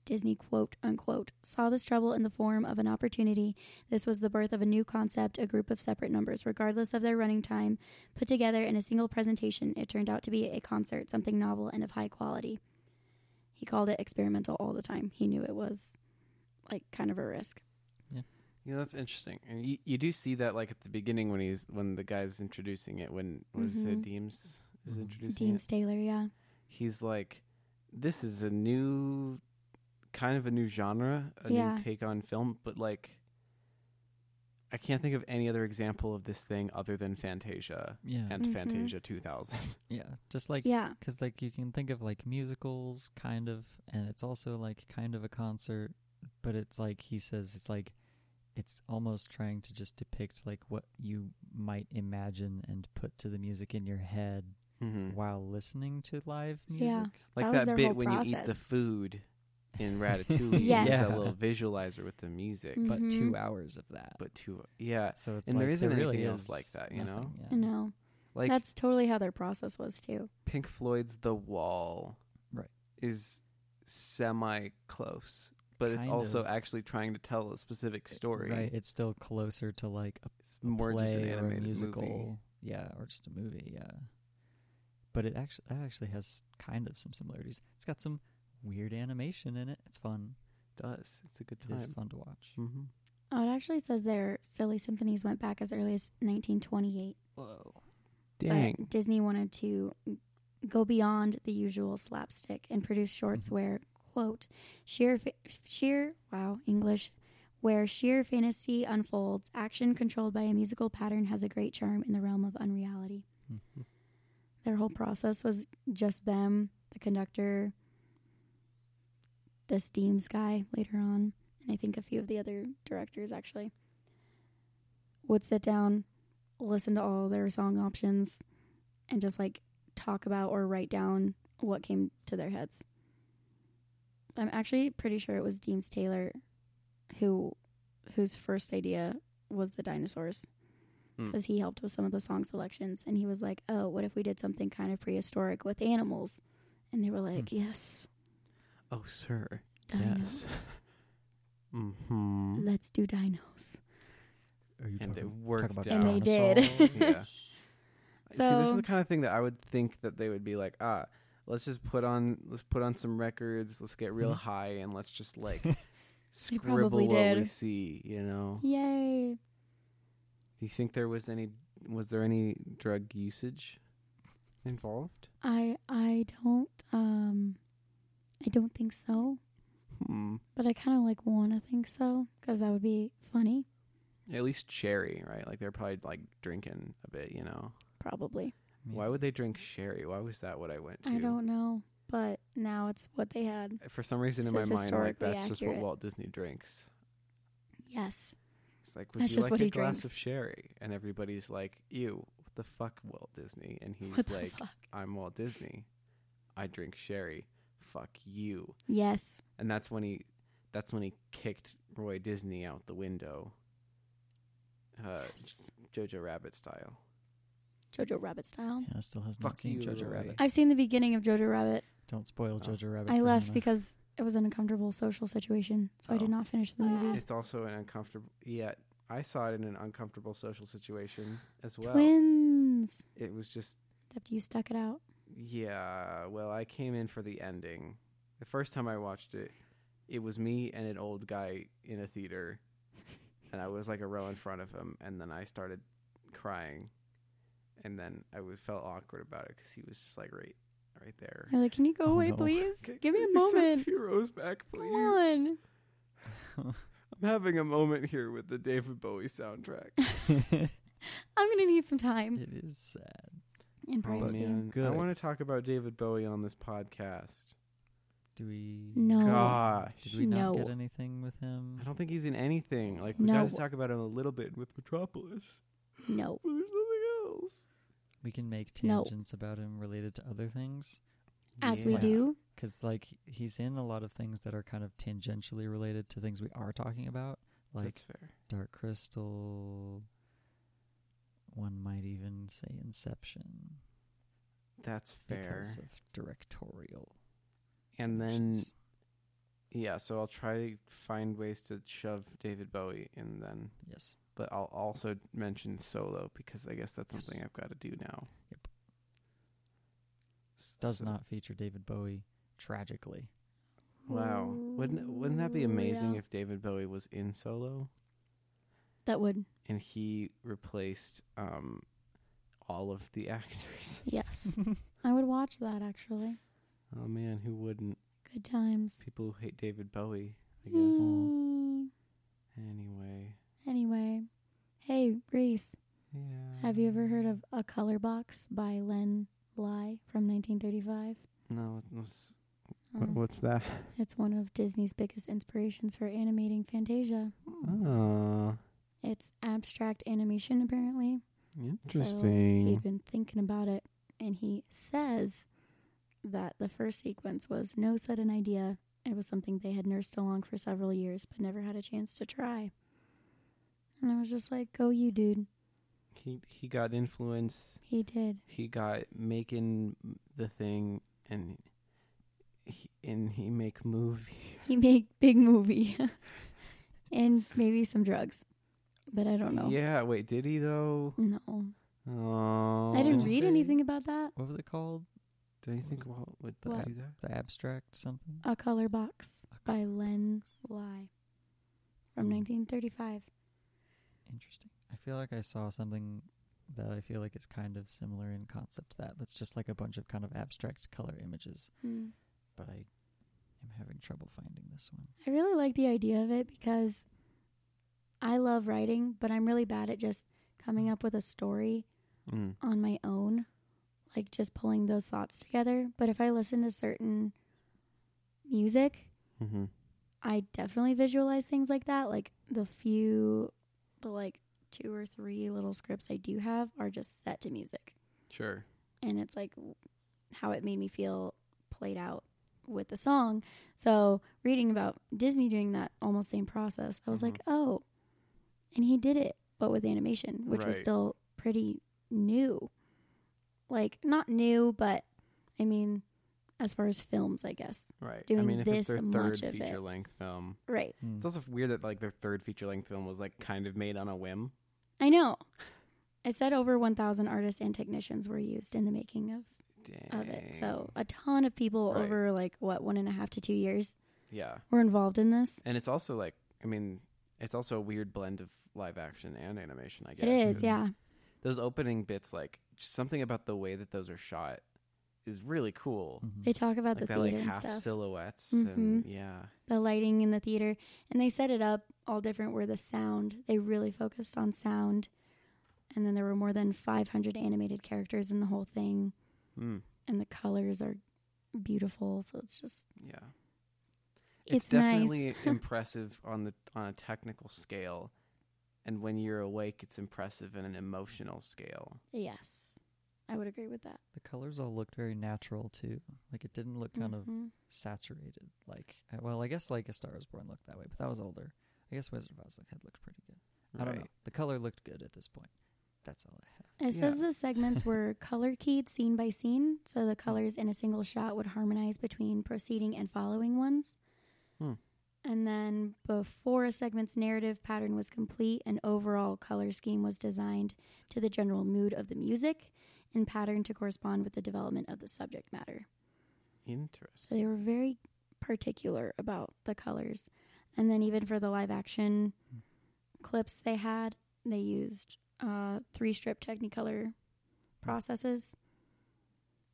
Speaker 2: Disney quote unquote saw this trouble in the form of an opportunity. This was the birth of a new concept, a group of separate numbers, regardless of their running time, put together in a single presentation. It turned out to be a concert, something novel and of high quality. He called it experimental all the time. He knew it was like kind of a risk.
Speaker 3: Yeah, that's interesting. And you, you do see that like at the beginning when he's when the guy's introducing it when was
Speaker 2: Mhm.
Speaker 3: it Deems is
Speaker 1: Mhm.
Speaker 3: introducing
Speaker 2: Dean
Speaker 3: it.
Speaker 2: Taylor, yeah.
Speaker 3: He's like, this is a new kind of a new genre, a
Speaker 2: Yeah.
Speaker 3: new take on film, but like. I can't think of any other example of this thing other than Fantasia
Speaker 1: Yeah.
Speaker 3: and
Speaker 2: Mhm.
Speaker 3: Fantasia 2000. [LAUGHS]
Speaker 1: yeah. Just like
Speaker 2: Yeah.
Speaker 1: because like you can think of like musicals kind of and it's also like kind of a concert but it's like he says it's like it's almost trying to just depict like what you might imagine and put to the music in your head
Speaker 3: Mhm.
Speaker 1: while listening to live
Speaker 2: Yeah.
Speaker 1: music
Speaker 2: That
Speaker 3: Like
Speaker 2: was
Speaker 3: that,
Speaker 2: their
Speaker 3: bit
Speaker 2: whole
Speaker 3: when you eat the
Speaker 2: process.
Speaker 3: food
Speaker 2: [LAUGHS]
Speaker 3: in Ratatouille.
Speaker 2: Yes.
Speaker 3: It's
Speaker 1: Yeah.
Speaker 3: a little visualizer with the music.
Speaker 2: Mm.
Speaker 1: but 2
Speaker 2: Mhm.
Speaker 1: hours of that
Speaker 3: But two, yeah,
Speaker 1: so it's
Speaker 3: and
Speaker 1: like
Speaker 3: there isn't
Speaker 1: really
Speaker 3: anything else
Speaker 1: is
Speaker 3: like that, you
Speaker 1: nothing,
Speaker 2: I
Speaker 1: yeah.
Speaker 2: know.
Speaker 3: um, like
Speaker 2: That's totally how their process was too.
Speaker 3: Pink Floyd's The Wall,
Speaker 1: Right.
Speaker 3: Is semi close, but it's
Speaker 1: Kind
Speaker 3: also
Speaker 1: of.
Speaker 3: actually trying to tell a specific story.
Speaker 1: right it's still closer to like a
Speaker 3: It's
Speaker 1: a
Speaker 3: more
Speaker 1: play
Speaker 3: just an
Speaker 1: or a
Speaker 3: animated
Speaker 1: musical,
Speaker 3: movie.
Speaker 1: yeah, or just a movie, yeah. But it actually that actually has kind of some similarities. It's got some weird animation in it. It's fun.
Speaker 3: It does it's a good
Speaker 1: It is
Speaker 3: time?
Speaker 1: fun to watch.
Speaker 3: Mm-hmm.
Speaker 2: Oh, it actually says their silly symphonies went back as early as 1928.
Speaker 1: Whoa,
Speaker 3: Dang,
Speaker 2: But Disney wanted to go beyond the usual slapstick and produce shorts
Speaker 1: Mhm.
Speaker 2: where, quote, sheer, fa- sheer, wow, English, where sheer fantasy unfolds, action controlled by a musical pattern has a great charm in the realm of unreality.
Speaker 1: Mhm.
Speaker 2: Their whole process was just them, the conductor, the Steams guy later on, and I think a few of the other directors actually would sit down, listen to all their song options, and just like talk about or write down what came to their heads. I'm actually pretty sure it was Deems Taylor who whose first idea was the dinosaurs
Speaker 3: Hmm.
Speaker 2: because he helped with some of the song selections and he was like, "Oh, what if we did something kind of prehistoric with animals?" And they were
Speaker 3: Hmm.
Speaker 2: like, "Yes,
Speaker 3: Oh, sir.
Speaker 2: dinos.
Speaker 3: Yes. mm-hmm.
Speaker 2: [LAUGHS] Let's do dinos."
Speaker 1: Are you
Speaker 3: And
Speaker 1: talking
Speaker 3: it worked
Speaker 1: talk about
Speaker 3: out. And
Speaker 2: they did. [LAUGHS]
Speaker 1: dinosaurs?
Speaker 3: [LAUGHS] Yeah. See, this
Speaker 2: So-
Speaker 3: is the kind of thing that I would think that they would be like, ah, let's just put on, let's put on some records, let's get real
Speaker 1: Mhm.
Speaker 3: high, and let's just [LAUGHS] like
Speaker 2: probably
Speaker 3: scribble what we
Speaker 2: did.
Speaker 3: see. You know?
Speaker 2: Yay.
Speaker 3: Do you think there was any? Was there any drug usage involved?
Speaker 2: I I don't um I don't think so,
Speaker 3: Hmm.
Speaker 2: but I kind of like want to think so because that would be funny,
Speaker 3: At least sherry, right? Like they're probably like drinking a bit. You know?
Speaker 2: probably.
Speaker 3: Why would they drink sherry? Why was that what I went to?
Speaker 2: I don't know, but now it's what they had.
Speaker 3: For some reason in
Speaker 2: So
Speaker 3: my
Speaker 2: it's
Speaker 3: mind, I'm like
Speaker 2: historically
Speaker 3: that's just what
Speaker 2: accurate.
Speaker 3: Walt Disney drinks.
Speaker 2: Yes.
Speaker 3: It's like, would
Speaker 2: That's
Speaker 3: you
Speaker 2: just
Speaker 3: like
Speaker 2: what
Speaker 3: a
Speaker 2: he
Speaker 3: glass of
Speaker 2: drinks.
Speaker 3: sherry? And everybody's like, ew, what the fuck, Walt Disney? And he's
Speaker 2: What the
Speaker 3: like,
Speaker 2: fuck?
Speaker 3: I'm Walt Disney. I drink sherry. Fuck you.
Speaker 2: Yes.
Speaker 3: And that's when he, that's when he kicked Roy Disney out the window. Uh, J- Jojo Rabbit style.
Speaker 2: Jojo Rabbit style.
Speaker 1: Hannah still has
Speaker 3: Fuck
Speaker 1: not seen
Speaker 3: you,
Speaker 1: Jojo
Speaker 3: Roy.
Speaker 1: Rabbit.
Speaker 2: I've seen the beginning of Jojo Rabbit.
Speaker 1: Don't spoil
Speaker 3: Oh.
Speaker 1: Jojo Rabbit.
Speaker 2: I
Speaker 1: for
Speaker 2: left
Speaker 1: Hannah.
Speaker 2: because it was an uncomfortable social situation, so I did
Speaker 3: Oh.
Speaker 2: not finish the movie.
Speaker 3: It's also an uncomfortable. Yeah, I saw it in an uncomfortable social situation as well.
Speaker 2: Twins.
Speaker 3: It was just
Speaker 2: Except you stuck it out.
Speaker 3: Yeah, well, I came in for the ending. The first time I watched it, it was me and an old guy in a theater, and I was like a row in front of him, and then I started crying, and then I was felt awkward about it because he was just like right, right there.
Speaker 2: You're like, can you go
Speaker 1: Oh,
Speaker 2: away,
Speaker 1: no.
Speaker 2: please?
Speaker 3: "Can-
Speaker 2: Give me
Speaker 3: can
Speaker 2: a
Speaker 3: you send
Speaker 2: moment.
Speaker 3: a few rows back, please.
Speaker 2: Come on.
Speaker 3: I'm having a moment here with the David Bowie soundtrack.
Speaker 2: I'm gonna need some
Speaker 1: [LAUGHS]
Speaker 2: time
Speaker 1: it is sad.
Speaker 2: in privacy.
Speaker 3: man, I
Speaker 1: Good.
Speaker 3: want to talk about David Bowie on this podcast.
Speaker 1: Do we?
Speaker 2: No.
Speaker 3: Gosh,
Speaker 1: Did we not get
Speaker 2: No.
Speaker 1: anything with him?
Speaker 3: I don't think he's in anything. Like we got to
Speaker 2: No.
Speaker 3: talk about him a little bit with Metropolis,
Speaker 2: no.
Speaker 3: but there's nothing else.
Speaker 1: We can make
Speaker 2: No.
Speaker 1: tangents about him related to other things.
Speaker 2: As we
Speaker 1: Yeah.
Speaker 2: do.
Speaker 1: because like he's in a lot of things that are kind of tangentially related to things we are talking about like
Speaker 3: That's fair.
Speaker 1: dark crystal one might even say inception
Speaker 3: That's fair.
Speaker 1: because of directorial
Speaker 3: And then
Speaker 1: connections.
Speaker 3: yeah, so I'll try to find ways to shove David Bowie in then,
Speaker 1: yes
Speaker 3: but I'll also mention solo because I guess that's something I've got to do now.
Speaker 1: Yep. does
Speaker 3: So-
Speaker 1: not feature david bowie tragically
Speaker 3: Wow. Wouldn't wouldn't that be amazing
Speaker 2: Yeah.
Speaker 3: if David Bowie was in solo?
Speaker 2: That would.
Speaker 3: and he replaced um all of the [LAUGHS] actors.
Speaker 2: Yes.
Speaker 3: [LAUGHS]
Speaker 2: I would watch that actually.
Speaker 3: Oh man, who wouldn't?
Speaker 2: Good times.
Speaker 3: People who hate David Bowie, I guess.
Speaker 2: Mm.
Speaker 3: Anyway,
Speaker 2: Anyway, hey Reese,
Speaker 3: yeah.
Speaker 2: have you ever heard of A Color Box by Len Lai from 1935?
Speaker 3: No, what's
Speaker 2: Oh,
Speaker 3: what- what's that?
Speaker 2: it's one of Disney's biggest inspirations for animating Fantasia.
Speaker 3: Oh,
Speaker 2: It's abstract animation, apparently. So
Speaker 3: interesting.
Speaker 2: he'd been thinking about it, and he says that the first sequence was no sudden idea. It was something they had nursed along for several years, but never had a chance to try. And I was just like, "Go you, dude."
Speaker 3: He he got influence.
Speaker 2: He did.
Speaker 3: He got making the thing, and he, and he make movie.
Speaker 2: [LAUGHS] He made big movie [LAUGHS] and maybe some drugs, but I don't know.
Speaker 3: Yeah, wait, did he though?
Speaker 2: No,
Speaker 3: Oh,
Speaker 2: I didn't
Speaker 1: did you
Speaker 2: read
Speaker 1: say-
Speaker 2: anything about that.
Speaker 1: what was it called
Speaker 3: Do you
Speaker 1: What
Speaker 3: think
Speaker 1: was-
Speaker 3: Walt would
Speaker 1: What?
Speaker 3: do that?
Speaker 1: the abstract something
Speaker 2: A Color Box by Len Lai
Speaker 3: Hmm.
Speaker 2: from 1935.
Speaker 1: interesting i feel like i saw something that i feel like is kind of similar in concept to that that's just like a bunch of kind of abstract color images
Speaker 2: Hmm.
Speaker 1: but I am having trouble finding this one.
Speaker 2: I really like the idea of it because I love writing, but I'm really bad at just coming up with a story
Speaker 3: Mm.
Speaker 2: on my own, like just pulling those thoughts together. But if I listen to certain music,
Speaker 3: Mm-hmm.
Speaker 2: I definitely visualize things like that. Like the few, the like two or three little scripts I do have are just set to music.
Speaker 3: Sure.
Speaker 2: And it's like how it made me feel played out with the song. So reading about Disney doing that almost same process, I was like, oh, and he did it, but with animation, which was
Speaker 3: Right.
Speaker 2: still pretty new. Like, not new, but I mean, as far as films, I guess.
Speaker 3: Right. I
Speaker 2: Doing
Speaker 3: mean, if
Speaker 2: this
Speaker 3: it's their third
Speaker 2: much of it.
Speaker 3: feature length film,
Speaker 2: Right.
Speaker 1: Hmm.
Speaker 3: it's also weird that like their third feature length film was like kind of made on a whim.
Speaker 2: I know. I said over 1,000 artists and technicians were used in the making of,
Speaker 3: Dang.
Speaker 2: of it. So a ton of people
Speaker 3: Right.
Speaker 2: over like, what, one and a half to two years
Speaker 3: yeah,
Speaker 2: were involved in this.
Speaker 3: and it's also like I mean, it's also a weird blend of live action and animation. I guess
Speaker 2: It is,
Speaker 1: it's-
Speaker 2: yeah.
Speaker 3: those opening bits, like just something about the way that those are shot, is really cool.
Speaker 1: Mm-hmm.
Speaker 2: They talk about
Speaker 3: Like
Speaker 2: the
Speaker 3: that,
Speaker 2: theater
Speaker 3: like
Speaker 2: and
Speaker 3: half
Speaker 2: stuff. Mm-hmm.
Speaker 3: silhouettes and yeah,
Speaker 2: the lighting in the theater and they set it up all different where the sound they really focused on sound and then there were more than 500 animated characters in the whole thing
Speaker 3: mm,
Speaker 2: and the colors are beautiful so it's just
Speaker 3: yeah.
Speaker 2: it's,
Speaker 3: definitely
Speaker 2: nice [LAUGHS]
Speaker 3: impressive on the on a technical scale, and when you're awake, it's impressive in an emotional scale.
Speaker 2: yes i would agree with that
Speaker 1: The colors all looked very natural too. Like it didn't look kind of
Speaker 2: Mhm.
Speaker 1: saturated. Like, uh, well, I guess like a Star is Born looked that way, but that was older. I guess Wizard of Oz look- had looked pretty good. I don't know. The color looked good at this point. That's all I have.
Speaker 2: it
Speaker 3: Yeah. Hmm.
Speaker 2: says the segments
Speaker 3: [LAUGHS]
Speaker 2: were color keyed scene by scene so the colors in a single shot would harmonize between preceding and following ones
Speaker 3: Hmm.
Speaker 2: And then before a segment's narrative pattern was complete, an overall color scheme was designed to the general mood of the music and pattern to correspond with the development of the subject matter. So
Speaker 3: Interesting.
Speaker 2: they were very particular about the colors. And then even for the live action clips they had, they used uh, three strip Technicolor processes,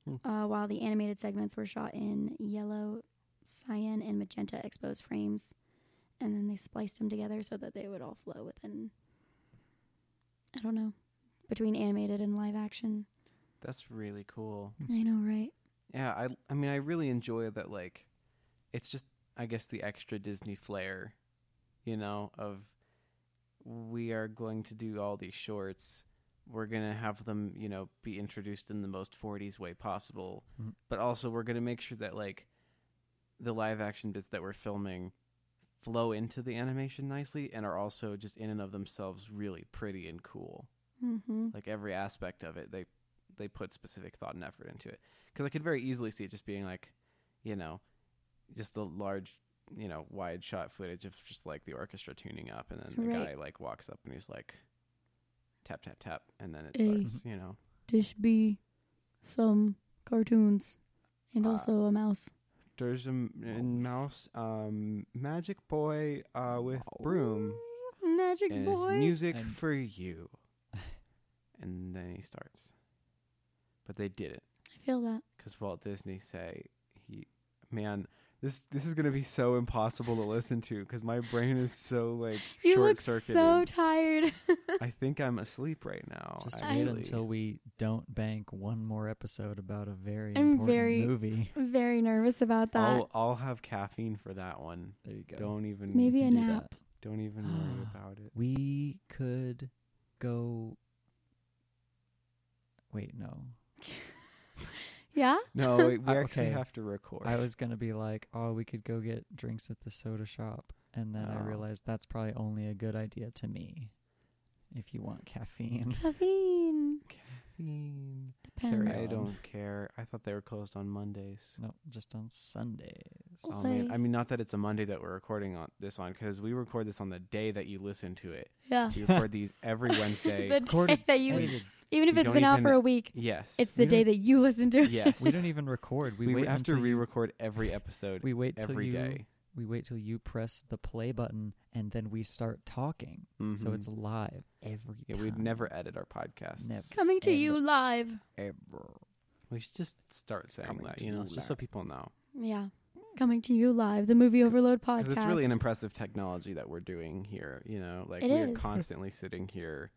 Speaker 3: Hmm.
Speaker 2: uh, while the animated segments were shot in yellow, cyan, and magenta exposed frames. And then they spliced them together so that they would all flow within, I don't know, between animated and live action.
Speaker 3: That's really cool.
Speaker 2: I know, right?
Speaker 3: Yeah, I I mean I really enjoy that like it's just I guess the extra Disney flair, you know, of we are going to do all these shorts. We're going to have them, you know, be introduced in the most 40s way possible,
Speaker 1: Mhm.
Speaker 3: but also we're going to make sure that like the live action bits that we're filming flow into the animation nicely and are also just in and of themselves really pretty and cool
Speaker 2: Mm-hmm.
Speaker 3: like every aspect of it they they put specific thought and effort into it because i could very easily see it just being like you know just the large you know wide shot footage of just like the orchestra tuning up and then the
Speaker 2: Right.
Speaker 3: guy like walks up and he's like tap tap tap and then it
Speaker 2: Hey.
Speaker 3: starts you know
Speaker 2: Dish be some cartoons and
Speaker 3: Uh,
Speaker 2: also a mouse.
Speaker 3: there's a m- a mouse um magic boy uh with broom
Speaker 2: Magic
Speaker 3: and it's
Speaker 2: boy.
Speaker 3: music
Speaker 1: And-
Speaker 3: for you and then he starts but they did it
Speaker 2: I feel that.
Speaker 3: because Walt Disney say he man this this is gonna be so impossible to listen to because my brain is so like
Speaker 2: [LAUGHS] You
Speaker 3: short
Speaker 2: look
Speaker 3: circuited.
Speaker 2: so tired. [LAUGHS]
Speaker 3: I think I'm asleep right now.
Speaker 1: Just wait
Speaker 3: actually.
Speaker 1: until we don't bank one more episode about a very
Speaker 2: I'm
Speaker 1: important
Speaker 2: very-
Speaker 1: movie.
Speaker 2: I'm very nervous about that.
Speaker 3: I'll I'll have caffeine for that one.
Speaker 1: There you go.
Speaker 3: Don't even
Speaker 2: Maybe a
Speaker 1: can do that.
Speaker 2: nap.
Speaker 3: don't even
Speaker 2: [GASPS]
Speaker 3: worry about it.
Speaker 1: We could go. Wait, no.
Speaker 2: Yeah?
Speaker 3: No, we, we
Speaker 1: [LAUGHS] Uh,
Speaker 3: actually
Speaker 1: okay.
Speaker 3: have to record.
Speaker 1: I was gonna be like, oh, we could go get drinks at the soda shop, and then I
Speaker 3: Oh.
Speaker 1: realized that's probably only a good idea to me. If you want caffeine, [LAUGHS]
Speaker 2: Caffeine.
Speaker 3: Caffeine.
Speaker 1: Carry
Speaker 2: Depends.
Speaker 3: I
Speaker 1: on.
Speaker 3: don't care. I thought they were closed on Mondays.
Speaker 1: no, just on Sundays.
Speaker 3: Oh man,
Speaker 2: Okay.
Speaker 3: I mean, not that it's a Monday that we're recording on this on because we record this on the day that you listen to it.
Speaker 2: Yeah.
Speaker 3: We record these
Speaker 2: [LAUGHS]
Speaker 3: every Wednesday.
Speaker 2: the
Speaker 1: Recorded
Speaker 2: day that you,
Speaker 1: edited.
Speaker 2: even if
Speaker 3: we
Speaker 2: it's
Speaker 3: don't
Speaker 2: been out
Speaker 3: even- Hmm?
Speaker 2: for a week,
Speaker 3: Yes.
Speaker 2: it's
Speaker 1: we
Speaker 2: the day
Speaker 1: don't-
Speaker 2: that you listen to it. [LAUGHS]
Speaker 3: yes.
Speaker 1: we don't even record. We,
Speaker 3: We,
Speaker 1: wait
Speaker 3: have to
Speaker 1: until you-
Speaker 3: re-record every episode
Speaker 1: we wait till
Speaker 3: every
Speaker 1: you,
Speaker 3: day.
Speaker 1: We wait till you press the play button, and then we start talking. So
Speaker 3: Mhm.
Speaker 1: it's live every
Speaker 3: yeah,
Speaker 1: time.
Speaker 3: we'd never edit our podcasts.
Speaker 1: Never.
Speaker 2: Coming to
Speaker 1: And-
Speaker 2: you live.
Speaker 1: ever.
Speaker 3: We should just start saying
Speaker 1: Coming
Speaker 3: that,
Speaker 1: to
Speaker 3: you know,
Speaker 1: you
Speaker 3: it's just so people know,
Speaker 2: Yeah. Coming to you live, the Movie Overload podcast.
Speaker 3: because it's really an impressive technology that we're doing here. You know, like
Speaker 2: It
Speaker 3: we're
Speaker 2: is.
Speaker 3: constantly sitting here,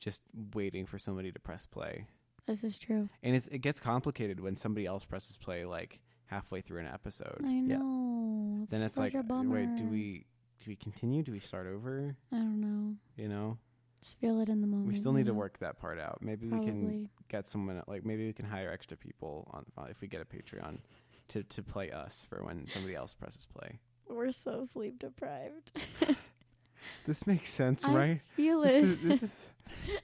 Speaker 3: just waiting for somebody to press play,
Speaker 2: this is true.
Speaker 3: and it's it gets complicated when somebody else presses play, like. halfway through an episode.
Speaker 2: I know.
Speaker 3: then it's
Speaker 2: such
Speaker 3: like, uh,
Speaker 2: a bummer.
Speaker 3: wait, do we do we continue? Do we start over?
Speaker 2: I don't know.
Speaker 3: You know,
Speaker 2: Just feel it in the moment.
Speaker 3: we still
Speaker 2: you
Speaker 3: need to
Speaker 2: know?
Speaker 3: work that part out. Maybe
Speaker 2: Probably.
Speaker 3: we can get someone like maybe we can hire extra people on uh, if we get a Patreon to to play us for when somebody else presses play.
Speaker 2: We're so sleep deprived.
Speaker 3: This makes sense,
Speaker 2: I
Speaker 3: right?
Speaker 2: [LAUGHS] Feel
Speaker 3: This
Speaker 2: it.
Speaker 3: is,
Speaker 2: [LAUGHS]
Speaker 3: this is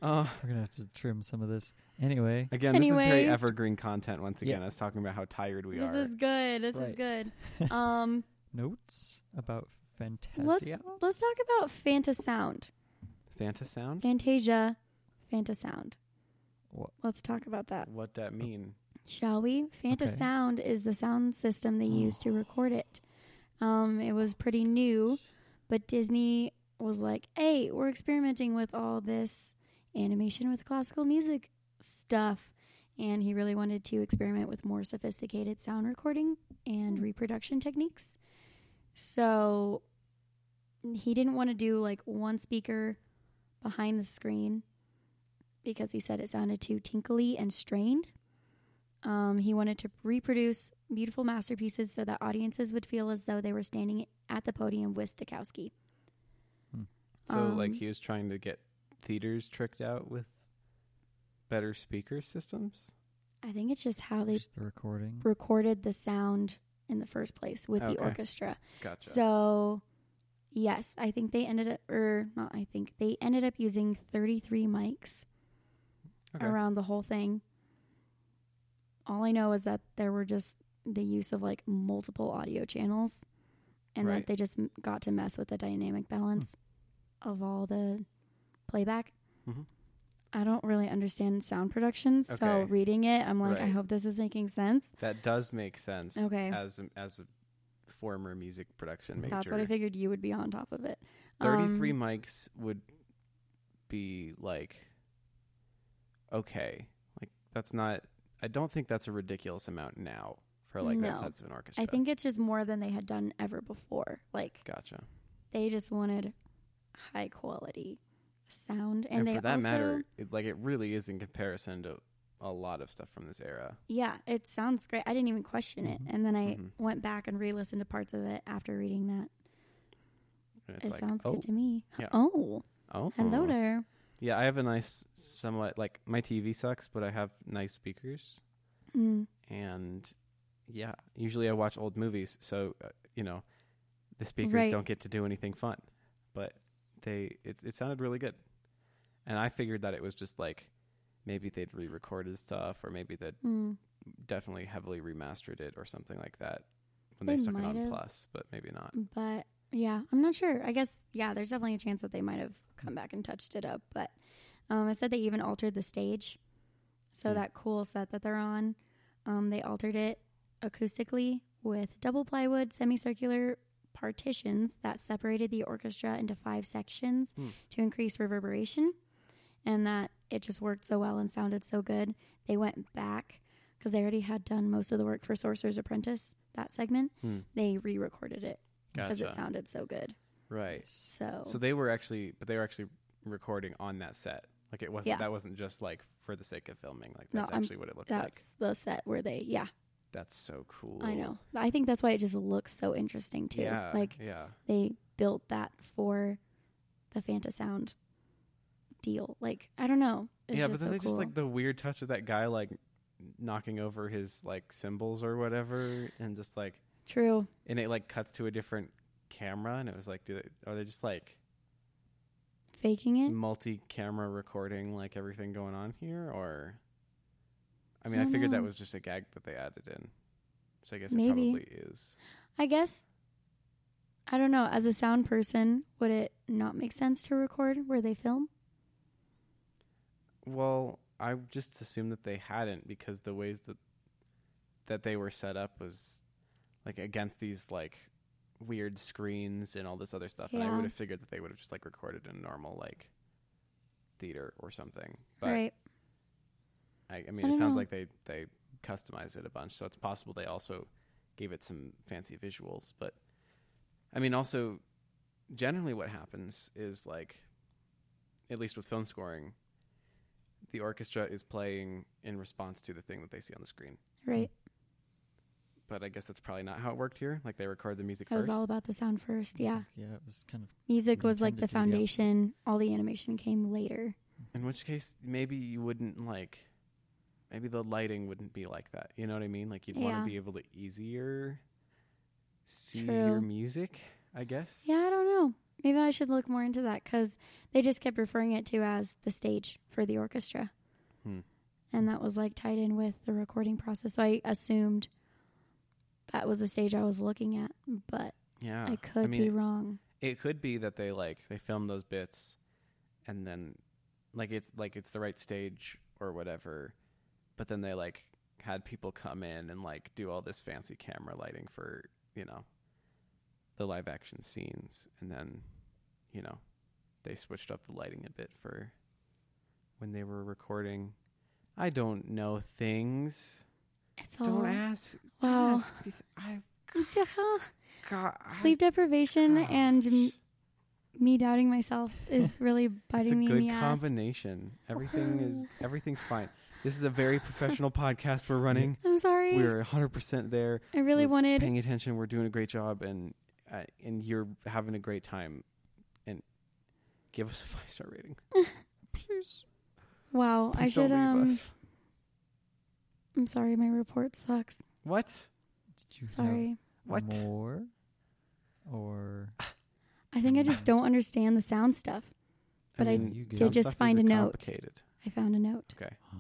Speaker 3: uh,
Speaker 1: We're gonna have to trim some of this anyway.
Speaker 3: again. This is very
Speaker 2: Anyway.
Speaker 3: evergreen content. Once
Speaker 1: Yeah.
Speaker 3: again, us talking about how tired we
Speaker 2: this
Speaker 3: are.
Speaker 2: is good. This
Speaker 1: Right.
Speaker 2: is
Speaker 3: [LAUGHS]
Speaker 2: good. Um,
Speaker 1: Notes about
Speaker 2: let's
Speaker 1: Fantasia.
Speaker 2: let's talk about Fantasound,
Speaker 3: Fantasound.
Speaker 2: Fantasia, Fantasound.
Speaker 1: What?
Speaker 2: Let's talk about that.
Speaker 3: What that mean?
Speaker 2: Shall we? Fanta
Speaker 1: Okay.
Speaker 2: Sound is the sound system they used to record it. Um, it was pretty new, but Disney was like, "Hey, we're experimenting with all this animation with classical music stuff." And he really wanted to experiment with more sophisticated sound recording and reproduction techniques. So he didn't want to do like one speaker behind the screen because he said it sounded too tinkly and strained. Um, he wanted to reproduce beautiful masterpieces so that audiences would feel as though they were standing at the podium with Stokowski.
Speaker 1: Hmm.
Speaker 3: So like
Speaker 2: Um,
Speaker 3: he was trying to get theaters tricked out with better speaker systems.
Speaker 2: I think it's just how they
Speaker 1: Just the recording.
Speaker 2: recorded the sound in the first place with the
Speaker 3: Okay.
Speaker 2: orchestra.
Speaker 3: Gotcha.
Speaker 2: So, yes, I think they ended up, or not, I think they ended up using 33 mics
Speaker 3: Okay.
Speaker 2: around the whole thing. All I know is that there were just the use of like multiple audio channels and
Speaker 3: Right.
Speaker 2: that they just m- got to mess with the dynamic balance
Speaker 3: Hmm.
Speaker 2: of all the playback.
Speaker 3: Mhm.
Speaker 2: I don't really understand sound production, so
Speaker 3: Okay.
Speaker 2: reading it, I'm like, I
Speaker 3: Right.
Speaker 2: hope this is making sense.
Speaker 3: That does make sense.
Speaker 2: Okay.
Speaker 3: As a, as a former music production major,
Speaker 2: That's what I figured you would be on top of it.
Speaker 3: Thirty-three
Speaker 2: Um,
Speaker 3: mics would be like okay. Like that's not. I don't think that's a ridiculous amount now for like that
Speaker 2: No.
Speaker 3: size of an orchestra.
Speaker 2: I think it's just more than they had done ever before. Like
Speaker 3: Gotcha.
Speaker 2: they just wanted high quality sound, and, they
Speaker 3: for that
Speaker 2: also,
Speaker 3: matter, it, like it really is in comparison to a lot of stuff from this era.
Speaker 2: yeah, it sounds great. I didn't even question
Speaker 1: Mhm.
Speaker 2: it, and then I
Speaker 3: Mhm.
Speaker 2: went back and re-listened to parts of it after reading that.
Speaker 3: And it's
Speaker 2: it
Speaker 3: like,
Speaker 2: sounds
Speaker 3: oh,
Speaker 2: good to me.
Speaker 3: Yeah.
Speaker 2: Oh,
Speaker 3: oh,
Speaker 2: hello there.
Speaker 3: Yeah, I have a nice, somewhat like my TV sucks, but I have nice speakers,
Speaker 2: Mm.
Speaker 3: and yeah, usually I watch old movies, so uh, you know, the speakers
Speaker 2: Right.
Speaker 3: don't get to do anything fun, but they it it sounded really good, and I figured that it was just like maybe they'd re-recorded stuff, or maybe they'd
Speaker 2: Mm.
Speaker 3: definitely heavily remastered it, or something like that, when
Speaker 2: They
Speaker 3: they stuck it
Speaker 2: might
Speaker 3: on
Speaker 2: have.
Speaker 3: Plus, but maybe not.
Speaker 2: But yeah, I'm not sure. I guess yeah, there's definitely a chance that they might have come back and touched it up. But um, it said they even altered the stage, so
Speaker 3: Hmm.
Speaker 2: that cool set that they're on, um, they altered it acoustically with double plywood semicircular partitions that separated the orchestra into five sections
Speaker 3: Hmm.
Speaker 2: to increase reverberation, and that it just worked so well and sounded so good. They went back because they already had done most of the work for Sorcerer's Apprentice that segment.
Speaker 3: Hmm.
Speaker 2: They re-recorded it because
Speaker 3: Gotcha.
Speaker 2: it Oh. sounded so good.
Speaker 3: right.
Speaker 2: So,
Speaker 3: So they were actually, but they were actually recording on that set. Like it wasn't
Speaker 2: Yeah.
Speaker 3: that wasn't just like for the sake of filming. Like
Speaker 2: No,
Speaker 3: that's
Speaker 2: I'm-
Speaker 3: actually what it looked
Speaker 2: that's
Speaker 3: like.
Speaker 2: the set where they, yeah,
Speaker 3: That's so cool.
Speaker 2: I know. I think that's why it just looks so interesting too.
Speaker 3: Yeah.
Speaker 2: Like
Speaker 3: yeah.
Speaker 2: they built that for the Fanta Sound deal. Like I don't know. It's
Speaker 3: yeah,
Speaker 2: just
Speaker 3: but then
Speaker 2: so
Speaker 3: they just
Speaker 2: cool.
Speaker 3: like the weird touch of that guy like knocking over his like cymbals or whatever, and just like
Speaker 2: true.
Speaker 3: and it like cuts to a different camera, and it was like, do they, are they just like
Speaker 2: Faking
Speaker 3: Mm.
Speaker 2: it.
Speaker 3: multi-camera recording like everything going on here, or? I mean,
Speaker 2: I
Speaker 3: I,
Speaker 2: don't
Speaker 3: figured that
Speaker 2: know.
Speaker 3: was just a gag that they added in. So I guess
Speaker 2: Um, Maybe.
Speaker 3: it probably is.
Speaker 2: I guess. I don't know. As a sound person, would it not make sense to record where they film?
Speaker 3: Well, I just assumed that they hadn't because the ways that that they were set up was like against these like weird screens and all this other stuff. And I
Speaker 2: Yeah.
Speaker 3: would have figured that they would have just like recorded in a normal like theater or something. But
Speaker 2: right.
Speaker 3: I, I mean,
Speaker 2: I
Speaker 3: it
Speaker 2: don't
Speaker 3: sounds
Speaker 2: know.
Speaker 3: like they they customized it a bunch, so it's possible they also gave it some fancy visuals. But I mean, also generally, what happens is like, at least with film scoring, the orchestra is playing in response to the thing that they see on the screen.
Speaker 2: Right.
Speaker 3: but I guess that's probably not how it worked here. Like they record the music
Speaker 2: It was
Speaker 3: first.
Speaker 2: all about the sound first. Yeah.
Speaker 1: Yeah, it was kind of
Speaker 2: Music was like the
Speaker 1: Intended to, yeah.
Speaker 2: foundation. All the animation came later.
Speaker 3: In which case, maybe you wouldn't like, maybe the lighting wouldn't be like that. You know what I mean? Like you'd want
Speaker 2: Yeah.
Speaker 3: to be able to easier see
Speaker 2: True.
Speaker 3: your music, I guess.
Speaker 2: Yeah, I don't know. Maybe I should look more into that because they just kept referring it to as the stage for the orchestra.
Speaker 3: Hmm.
Speaker 2: And that was like tied in with the recording process. So I assumed that was the stage I was looking at, but
Speaker 3: Yeah.
Speaker 2: I could
Speaker 3: Ah, mean,
Speaker 2: be wrong.
Speaker 3: it could be that they like they film those bits and then like it's like it's the right stage or whatever but then they like had people come in and like do all this fancy camera lighting for you know the live action scenes and then you know they switched up the lighting a bit for when they were recording i don't know things
Speaker 2: It's
Speaker 3: don't
Speaker 2: all [LAUGHS]
Speaker 3: ask
Speaker 2: wow.
Speaker 3: don't ask me th- i've got I-
Speaker 2: sleep deprivation and m-
Speaker 3: gosh.
Speaker 2: me doubting myself is
Speaker 3: [LAUGHS]
Speaker 2: really
Speaker 3: It's a
Speaker 2: biting me in
Speaker 3: good
Speaker 2: the ass.
Speaker 3: combination. Everything is everything's fine. This is a
Speaker 2: [LAUGHS]
Speaker 3: very professional podcast we're running.
Speaker 2: I'm sorry.
Speaker 3: We're 100% there,
Speaker 2: I really
Speaker 3: we're
Speaker 2: wanted
Speaker 3: paying attention. We're doing a great job, and uh, and you're having a great time. And give us a five star rating.
Speaker 1: please.
Speaker 2: Wow, I
Speaker 3: Please
Speaker 2: should
Speaker 3: don't leave
Speaker 2: um
Speaker 3: us.
Speaker 2: I'm sorry my report sucks.
Speaker 3: What?
Speaker 1: Did you
Speaker 2: Sorry.
Speaker 1: have
Speaker 3: What?
Speaker 1: more? Or
Speaker 2: I think I
Speaker 3: [LAUGHS]
Speaker 2: just don't understand the sound stuff. But I
Speaker 1: you did
Speaker 3: some
Speaker 2: just
Speaker 3: stuff
Speaker 2: find
Speaker 3: is
Speaker 2: a note.
Speaker 3: complicated.
Speaker 2: I found a note.
Speaker 3: Okay.
Speaker 1: huh.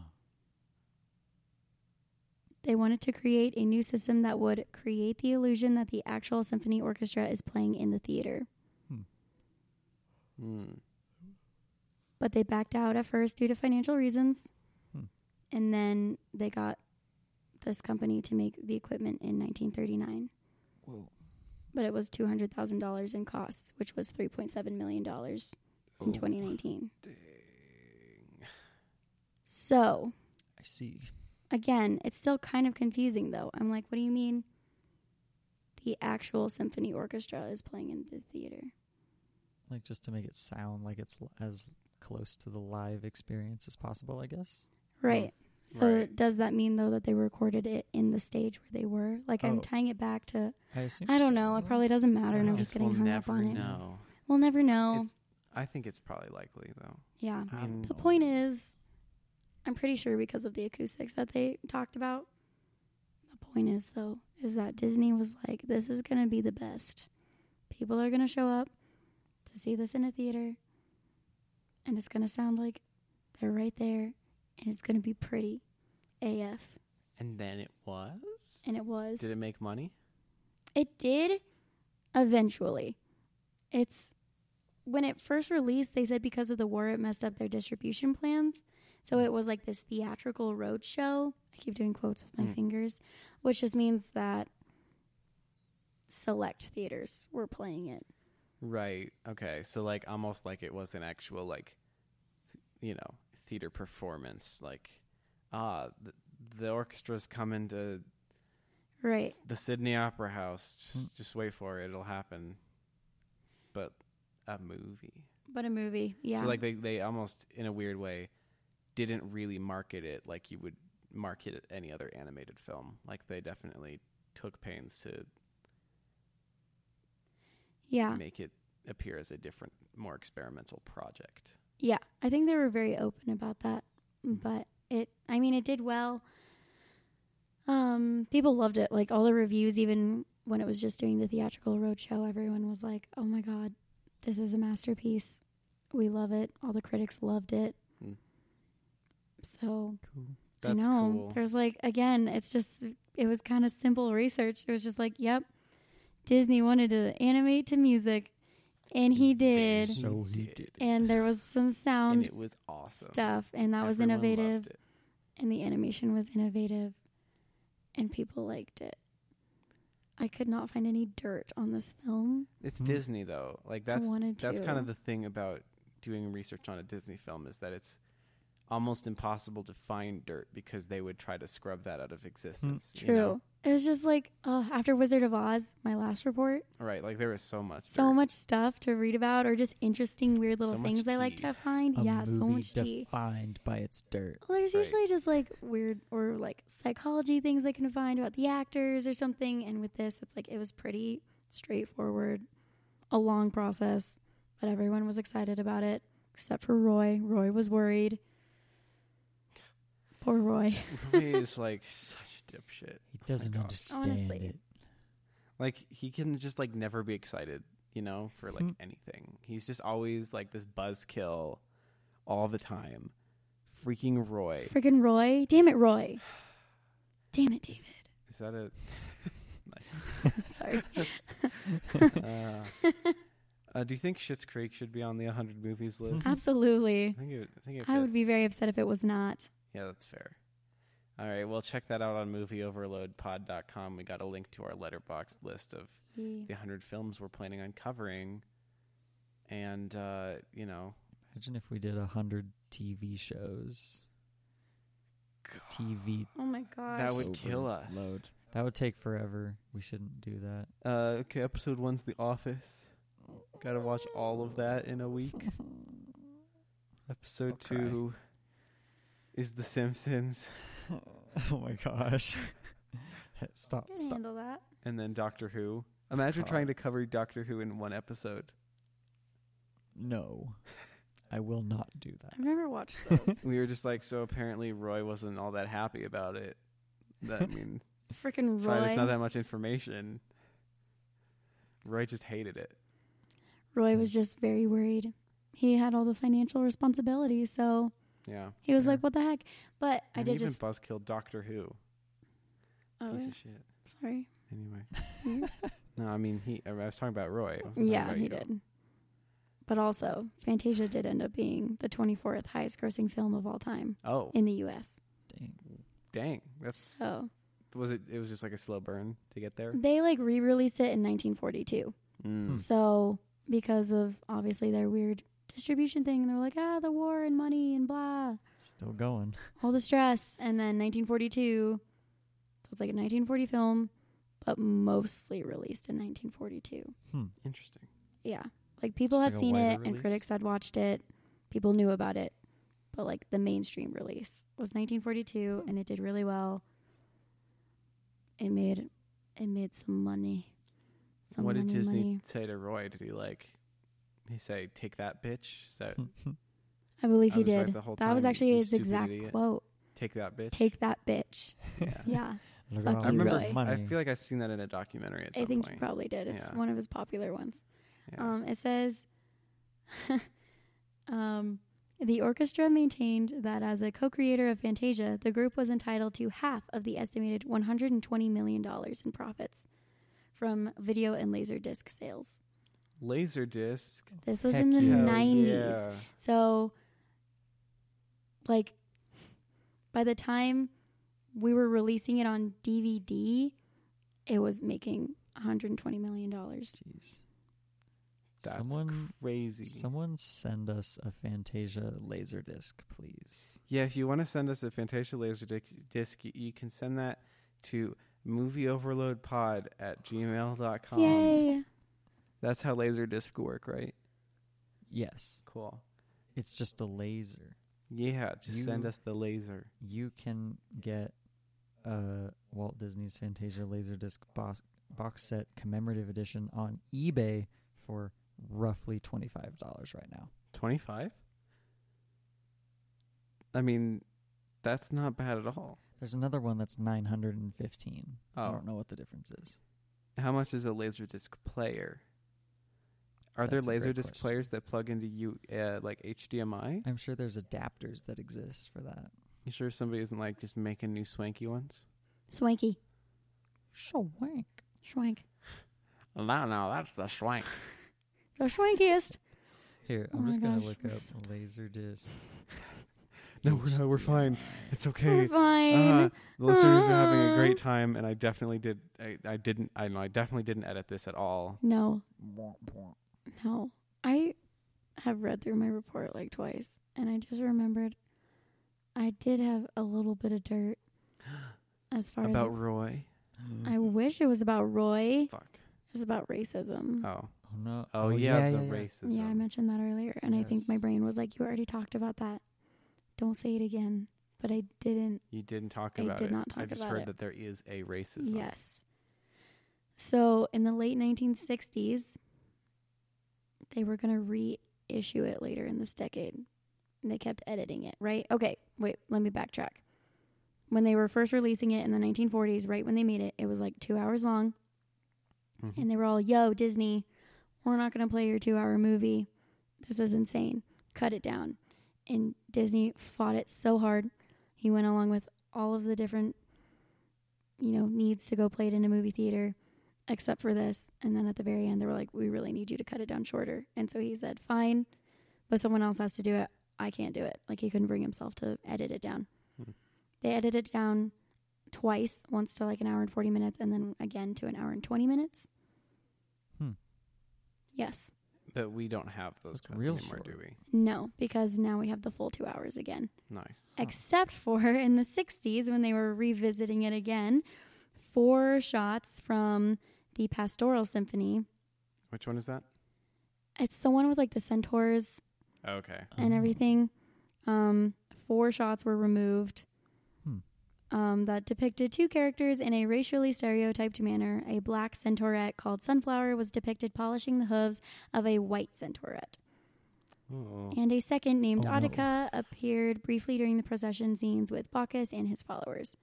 Speaker 2: They wanted to create a new system that would create the illusion that the actual symphony orchestra is playing in the theater.
Speaker 3: Hmm.
Speaker 2: But they backed out at first due to financial reasons.
Speaker 1: Hmm.
Speaker 2: And then they got this company to make the equipment in 1939.
Speaker 1: Whoa.
Speaker 2: But it was $200,000 in costs, which was $3.7 million in
Speaker 3: Ooh,
Speaker 2: 2019.
Speaker 3: dang.
Speaker 2: So,
Speaker 1: I see.
Speaker 2: again, it's still kind of confusing though. I'm like, what do you mean the actual symphony orchestra is playing in the theater?
Speaker 1: Like just to make it sound like it's l- as close to the live experience as possible, I guess.
Speaker 2: Right. So
Speaker 3: Mm. right.
Speaker 2: does that mean though that they recorded it in the stage where they were? Like I'm
Speaker 1: Oh.
Speaker 2: tying it back to
Speaker 1: I assume.
Speaker 2: I don't know. It
Speaker 1: so.
Speaker 2: probably doesn't matter, and I'm
Speaker 1: Guess
Speaker 2: just
Speaker 3: we'll
Speaker 2: getting hung up
Speaker 3: never
Speaker 2: on it.
Speaker 3: know.
Speaker 2: We'll never know.
Speaker 3: It's- I think it's probably likely though.
Speaker 2: yeah.
Speaker 3: I don't
Speaker 2: Um, The
Speaker 3: know.
Speaker 2: point is, I'm pretty sure because of the acoustics that they talked about. The point is though is that Disney was like, this is gonna be the best. People are gonna show up to see this in a theater, and it's gonna sound like they're right there, and it's gonna be pretty, AF.
Speaker 3: And then it was.
Speaker 2: And it was.
Speaker 3: Did it make money?
Speaker 2: It did eventually. It's when it first released, they said because of the war, it messed up their distribution plans. So it was like this theatrical roadshow. I keep doing quotes with my
Speaker 3: Mm.
Speaker 2: fingers, which just means that select theaters were playing it.
Speaker 3: Right. Okay. So like almost like it was an actual like, th- you know, theater performance. Like, ah, the, the orchestra's coming to
Speaker 2: Right.
Speaker 3: the Sydney Opera House. Just,
Speaker 1: Mm.
Speaker 3: just wait for it. It'll happen. But a movie.
Speaker 2: But a movie. Yeah.
Speaker 3: So like they they almost in a weird way didn't really market it like you would market any other animated film. Like they definitely took pains to
Speaker 2: yeah.
Speaker 3: make it appear as a different, more experimental project.
Speaker 2: Yeah, I think they were very open about that.
Speaker 3: Mm.
Speaker 2: But it I mean it did well. Um people loved it. Like all the reviews even when it was just doing the theatrical roadshow, everyone was like, "Oh my god, this is a masterpiece. We love it. All the critics loved it."
Speaker 3: Hmm.
Speaker 2: So,
Speaker 1: Cool.
Speaker 3: That's
Speaker 2: I know.
Speaker 3: cool.
Speaker 2: There's like again, it's just it was kind of simple research. It was just like, "Yep, Disney wanted to animate to music." And he
Speaker 3: They
Speaker 2: did.
Speaker 1: So he did.
Speaker 2: And there was some
Speaker 3: and
Speaker 2: sound
Speaker 3: it was awesome.
Speaker 2: stuff and that was
Speaker 3: Everyone
Speaker 2: innovative
Speaker 3: loved it.
Speaker 2: and the animation was innovative and people liked it i could not find any dirt on this film
Speaker 3: It's
Speaker 1: Hmm.
Speaker 3: Disney though. Like that's
Speaker 2: i wanted
Speaker 3: that's
Speaker 2: to
Speaker 3: kind of the thing about doing research on a Disney film is that it's almost impossible to find dirt because they would try to scrub that out of existence. you
Speaker 2: True.
Speaker 3: know?
Speaker 2: It was just like uh, after Wizard of Oz, my last report,
Speaker 3: Right. Like there was so much.
Speaker 2: so
Speaker 3: dirt.
Speaker 2: much stuff to read about, or just interesting, weird little
Speaker 3: So much
Speaker 2: things I like
Speaker 3: tea.
Speaker 2: to find.
Speaker 1: A
Speaker 2: yeah,
Speaker 1: movie
Speaker 2: so much tea.
Speaker 1: defined by its dirt.
Speaker 2: Well, there's
Speaker 3: Right.
Speaker 2: usually just like weird or like psychology things I can find about the actors or something. And with this, it's like it was pretty straightforward, a long process, but everyone was excited about it except for Roy. Roy was worried. Poor Roy.
Speaker 3: [LAUGHS] Roy is like such a dipshit.
Speaker 1: He doesn't
Speaker 3: gosh.
Speaker 1: understand
Speaker 2: Oh Honestly.
Speaker 1: it.
Speaker 3: Like he can just like never be excited, you know, for like
Speaker 4: Hmm.
Speaker 3: anything. He's just always like this buzzkill all the time. Freaking Roy.
Speaker 2: Freaking Roy. Damn it, Roy. Damn it, David. [LAUGHS]
Speaker 3: Is that [LAUGHS] a
Speaker 2: Sorry. [LAUGHS]
Speaker 3: uh, uh, do you think Shits Creek should be on the 100
Speaker 2: [LAUGHS]
Speaker 3: movies list?
Speaker 2: Absolutely.
Speaker 3: [LAUGHS] I think it, I think it
Speaker 2: I would be
Speaker 3: fits.
Speaker 2: very upset if it was not.
Speaker 3: Yeah, that's fair. All right, well, check that out on movieoverloadpod.com. We got a link to our letterbox list of the 100 films we're planning on covering. And, uh, you know,
Speaker 1: Imagine if we did a hundred TV shows. TV
Speaker 2: Oh my gosh.
Speaker 3: That would kill us.
Speaker 1: Load. That would take forever. We shouldn't do that.
Speaker 3: Uh, okay, episode one's The Office. Gotta watch all of that in a week. [LAUGHS] Episode
Speaker 1: Okay.
Speaker 3: two is The Simpsons,
Speaker 1: [LAUGHS] oh my gosh. [LAUGHS] stop,
Speaker 2: I can
Speaker 1: stop.
Speaker 2: handle that.
Speaker 3: and then Doctor Who. Imagine
Speaker 1: God.
Speaker 3: trying to cover Doctor Who in one episode.
Speaker 1: No. I will not do that.
Speaker 2: I've never watched [LAUGHS]
Speaker 1: [LAUGHS]
Speaker 2: those.
Speaker 3: We were just like, so apparently Roy wasn't all that happy about it. That,
Speaker 2: [LAUGHS]
Speaker 3: I mean,
Speaker 2: Freaking Roy.
Speaker 3: so there's not that much information. Roy just hated it.
Speaker 2: Roy was
Speaker 1: Yes.
Speaker 2: just very worried. He had all the financial responsibility, so
Speaker 3: Yeah.
Speaker 2: he was
Speaker 1: fair.
Speaker 2: like, "What the heck?" But I
Speaker 3: And
Speaker 2: did
Speaker 3: even
Speaker 2: just.
Speaker 3: buzzkill Doctor Who.
Speaker 2: Oh,
Speaker 3: Piece
Speaker 2: yeah,
Speaker 3: of shit.
Speaker 2: sorry.
Speaker 3: Anyway. No, I mean he. I was talking about Roy. I wasn't talking
Speaker 2: yeah,
Speaker 3: about
Speaker 2: he
Speaker 3: you.
Speaker 2: did. But also, Fantasia did end up being the 24th highest-grossing film of all time
Speaker 3: Oh,
Speaker 2: in the U.S.
Speaker 1: Dang.
Speaker 3: dang! That's
Speaker 2: So
Speaker 3: was it. It was just like a slow burn to get there.
Speaker 2: they like re-released it in 1942. Hmm.
Speaker 3: Mm.
Speaker 2: So because of obviously their weird distribution thing, they were like, "Ah, the war and money and blah."
Speaker 1: Still going.
Speaker 2: all the stress and then 1942 so it's like a 1940 film but mostly released in 1942
Speaker 1: Hmm.
Speaker 3: Interesting.
Speaker 2: yeah like people
Speaker 4: Just
Speaker 2: had
Speaker 4: like a
Speaker 2: seen
Speaker 4: wider
Speaker 2: it and
Speaker 3: release?
Speaker 2: critics had watched it people knew about it but like the mainstream release was 1942 and it did really well it made it made some money some
Speaker 3: what
Speaker 2: money,
Speaker 3: did Disney
Speaker 2: money.
Speaker 3: say to Roy? Did he like? He say, "Take that, bitch."
Speaker 1: [LAUGHS]
Speaker 3: Is that
Speaker 2: i believe
Speaker 3: I
Speaker 2: he
Speaker 3: was right
Speaker 2: did
Speaker 3: the whole
Speaker 2: that was
Speaker 3: time,
Speaker 2: actually
Speaker 3: you
Speaker 2: his
Speaker 3: stupid
Speaker 2: exact
Speaker 3: idiot.
Speaker 2: quote
Speaker 3: take that, bitch.
Speaker 2: take that
Speaker 3: [LAUGHS]
Speaker 2: bitch
Speaker 3: Yeah.
Speaker 2: yeah
Speaker 1: Look
Speaker 2: Fuck
Speaker 1: at all
Speaker 3: I
Speaker 1: this
Speaker 2: you,
Speaker 3: remember.
Speaker 2: Roy.
Speaker 1: money.
Speaker 3: I feel like I've seen that in a documentary at
Speaker 2: i
Speaker 3: some
Speaker 2: think
Speaker 3: point.
Speaker 2: he probably did it's
Speaker 3: Yeah.
Speaker 2: one of his popular ones
Speaker 3: yeah.
Speaker 2: Um, it says, [LAUGHS] um, the orchestra maintained that as a co creator of Fantasia, the group was entitled to half of the estimated $120 million in profits from video and laser disc sales.
Speaker 3: Laser disc.
Speaker 2: This was in the
Speaker 1: Heck yeah.
Speaker 2: 90s. So, like, by the time we were releasing it on DVD, it was making $120 million.
Speaker 1: Jeez.
Speaker 3: That's
Speaker 1: someone,
Speaker 3: Crazy.
Speaker 1: someone send us a Fantasia Laserdisc, please.
Speaker 3: Yeah, if you want to send us a Fantasia Laser dic- disc, y- you can send that to movieoverloadpod at gmail.com.
Speaker 2: Yay!
Speaker 3: That's how laser disc work, right?
Speaker 1: Yes.
Speaker 3: Cool.
Speaker 1: It's just a laser.
Speaker 3: Yeah, just send
Speaker 1: You-
Speaker 3: us the laser.
Speaker 1: you can get a Walt Disney's Fantasia Laserdisc box, box set commemorative edition on eBay for roughly $25 right now.
Speaker 3: 25? I mean, that's not bad at all.
Speaker 1: There's another one that's 915. I
Speaker 3: Oh.
Speaker 1: don't know what the difference is.
Speaker 3: How much is a laser disc player? Are
Speaker 1: That's a
Speaker 3: there
Speaker 1: great
Speaker 3: laser disc
Speaker 1: question.
Speaker 3: players that plug into you uh, like HDMI?
Speaker 1: I'm sure there's adapters that exist for that.
Speaker 3: You sure somebody isn't like just making new swanky ones?
Speaker 2: Swanky.
Speaker 1: Swank.
Speaker 2: Schwank.
Speaker 3: No, no, that's the swank.
Speaker 2: The
Speaker 3: [LAUGHS]
Speaker 2: swankiest.
Speaker 1: Here,
Speaker 2: Oh
Speaker 1: I'm
Speaker 2: my
Speaker 1: just going
Speaker 2: gosh,
Speaker 1: to look
Speaker 2: we're
Speaker 1: up
Speaker 2: so
Speaker 1: Laserdisc.
Speaker 3: No, we're not- we're fine.
Speaker 1: HDMI.
Speaker 3: [LAUGHS] It's okay.
Speaker 2: We're fine.
Speaker 3: Uh, the listeners are having a
Speaker 2: Uh.
Speaker 3: great time, and I definitely did. I, I didn't. I know. I definitely didn't edit this at all.
Speaker 2: no,
Speaker 1: Womp womp.
Speaker 2: no. I have read through my report like twice, and I just remembered I did have a little bit of
Speaker 3: [GASPS]
Speaker 2: dirt as far
Speaker 3: about
Speaker 2: as
Speaker 3: Roy.
Speaker 2: I
Speaker 1: Oh,
Speaker 2: wish it was about Roy. It
Speaker 3: Fuck.
Speaker 2: was about racism.
Speaker 3: Oh.
Speaker 5: Oh no!
Speaker 3: Oh, yeah, the
Speaker 5: yeah.
Speaker 3: racism.
Speaker 2: yeah, I mentioned that earlier, and I think my
Speaker 3: Yes.
Speaker 2: brain was like, "You already talked about that. Don't say it again." But I didn't.
Speaker 3: you didn't talk
Speaker 2: I
Speaker 3: about
Speaker 2: did
Speaker 3: it.
Speaker 2: not
Speaker 3: I
Speaker 2: talk
Speaker 3: just
Speaker 2: about
Speaker 3: heard
Speaker 2: it.
Speaker 3: that there is a racism.
Speaker 2: Yes. So in the late 1960s, they were going to reissue it later in this decade. And they kept editing it, right? Okay, wait, let me backtrack. When they were first releasing it in the 1940s, right when they made it, it was like two hours long.
Speaker 3: Mhm.
Speaker 2: And they were all, yo, Disney, we're not going to play your two hour movie. This is insane. Cut it down. And Disney fought it so hard. He went along with all of the different, you know, needs to go play it in a movie theater, except for this. And then at the very end, they were like, we really need you to cut it down shorter. And so he said, fine, but someone else has to do it. I can't do it. Like, he couldn't bring himself to edit it down.
Speaker 3: Hmm.
Speaker 2: They edited it down twice, once to like an hour and 40 minutes, and then again to an hour and 20 minutes.
Speaker 5: Hmm.
Speaker 2: Yes.
Speaker 3: But we don't have those
Speaker 5: it's
Speaker 3: cuts
Speaker 5: real
Speaker 3: anymore,
Speaker 5: short.
Speaker 3: do we?
Speaker 2: No, because now we have the full two hours again.
Speaker 3: Nice.
Speaker 2: Except for in the 60s when they were revisiting it again, four shots from the Pastoral Symphony.
Speaker 3: Which one is that?
Speaker 2: It's the one with like the centaurs
Speaker 3: Okay.
Speaker 2: and
Speaker 5: Oh.
Speaker 2: everything. Um, four shots were removed
Speaker 5: Hmm.
Speaker 2: um, that depicted two characters in a racially stereotyped manner. A black centaurette called Sunflower was depicted polishing the hooves of a white centaurette.
Speaker 3: Oh.
Speaker 2: And a second named
Speaker 5: Oh, no.
Speaker 2: Attica appeared briefly during the procession scenes with Bacchus and his followers.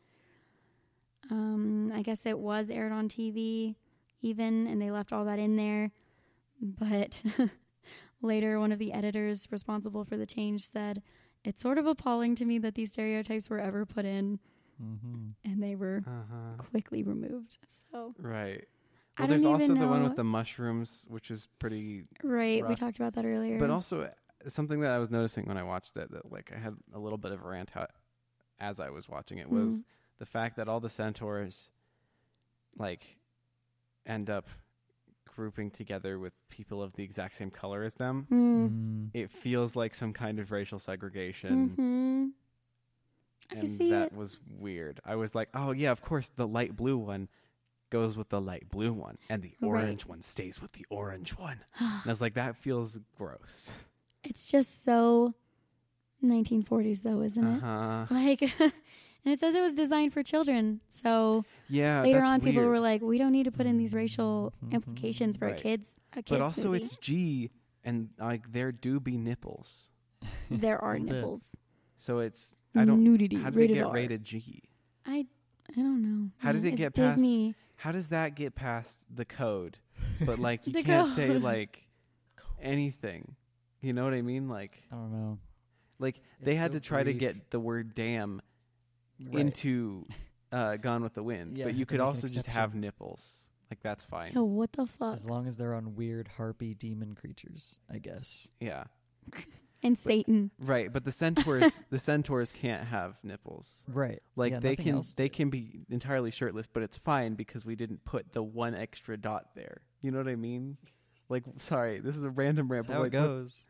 Speaker 2: Um, I guess it was aired on TV, even, and they left all that in there. But [LAUGHS] later, one of the editors responsible for the change said, It's sort of appalling to me that these stereotypes were ever put in,
Speaker 5: Mm-hmm.
Speaker 2: and they were
Speaker 3: Uh-huh.
Speaker 2: quickly removed. So,
Speaker 3: Right.
Speaker 2: I
Speaker 3: Well, there's
Speaker 2: don't
Speaker 3: also
Speaker 2: even
Speaker 3: the one
Speaker 2: know-
Speaker 3: with the mushrooms, which is pretty.
Speaker 2: right, we
Speaker 3: rough.
Speaker 2: talked about that earlier.
Speaker 3: But also uh, something that I was noticing when I watched it that like I had a little bit of a rant out as I was watching it was
Speaker 2: Mhm.
Speaker 3: the fact that all the centaurs like end up grouping together with people of the exact same color as them.
Speaker 2: Mm.
Speaker 1: Mm-hmm.
Speaker 5: Mm.
Speaker 3: It feels like some kind of racial segregation.
Speaker 2: hmm I can
Speaker 3: and
Speaker 2: see
Speaker 3: that
Speaker 2: it.
Speaker 3: was weird. I was like, "Oh yeah, of course, the light blue one goes with the light blue one, and the
Speaker 2: Right.
Speaker 3: orange one stays with the orange one."
Speaker 2: [GASPS]
Speaker 3: And I was like, "That feels gross."
Speaker 2: It's just so 1940s, though, isn't
Speaker 3: Uh
Speaker 2: it?
Speaker 3: huh.
Speaker 2: Like, [LAUGHS] and it says it was designed for children. So
Speaker 3: Yeah.
Speaker 2: later
Speaker 3: that's
Speaker 2: on, people were
Speaker 3: weird. Mm-hmm.
Speaker 2: like, "We don't need to put in these racial
Speaker 5: Mhm.
Speaker 2: implications for a
Speaker 3: Right.
Speaker 2: kids." A kids
Speaker 3: but also
Speaker 2: movie.
Speaker 3: it's G, and like there do be nipples, [LAUGHS]
Speaker 2: there are
Speaker 5: A little bit.
Speaker 2: nipples,
Speaker 3: so it's I don't.
Speaker 2: nudity.
Speaker 3: How did
Speaker 2: rated
Speaker 3: it get
Speaker 2: R.
Speaker 3: rated G?
Speaker 2: I I don't know.
Speaker 3: How did it
Speaker 2: It's
Speaker 3: get past-
Speaker 2: Disney?
Speaker 3: How does that get past the code?
Speaker 2: [LAUGHS]
Speaker 3: But like you
Speaker 2: The
Speaker 3: can't say
Speaker 2: code.
Speaker 3: like anything. You know what I mean? Like
Speaker 5: I don't know.
Speaker 3: like they
Speaker 5: It's
Speaker 3: had
Speaker 5: so
Speaker 3: to try to
Speaker 5: brief.
Speaker 3: get the word damn into uh, Gone with the Wind,
Speaker 5: Yeah,
Speaker 3: but you
Speaker 5: they
Speaker 3: could
Speaker 5: make an
Speaker 3: also just have
Speaker 5: exception.
Speaker 3: nipples. Like that's fine.
Speaker 2: Yo, what the fuck?
Speaker 5: as long as they're on weird harpy demon creatures, I guess.
Speaker 3: Yeah,
Speaker 2: And Satan. [LAUGHS]
Speaker 3: right. But the centaurs, the centaurs can't have nipples.
Speaker 5: Right.
Speaker 3: Like
Speaker 5: Yeah,
Speaker 3: they
Speaker 5: nothing
Speaker 3: can,
Speaker 5: else
Speaker 3: they
Speaker 5: did.
Speaker 3: can be entirely shirtless, but it's fine because we didn't put the one extra dot there. You know what I mean? Like, sorry, this is a random
Speaker 5: That's
Speaker 3: ramble.
Speaker 5: how it
Speaker 3: like, what-
Speaker 5: goes.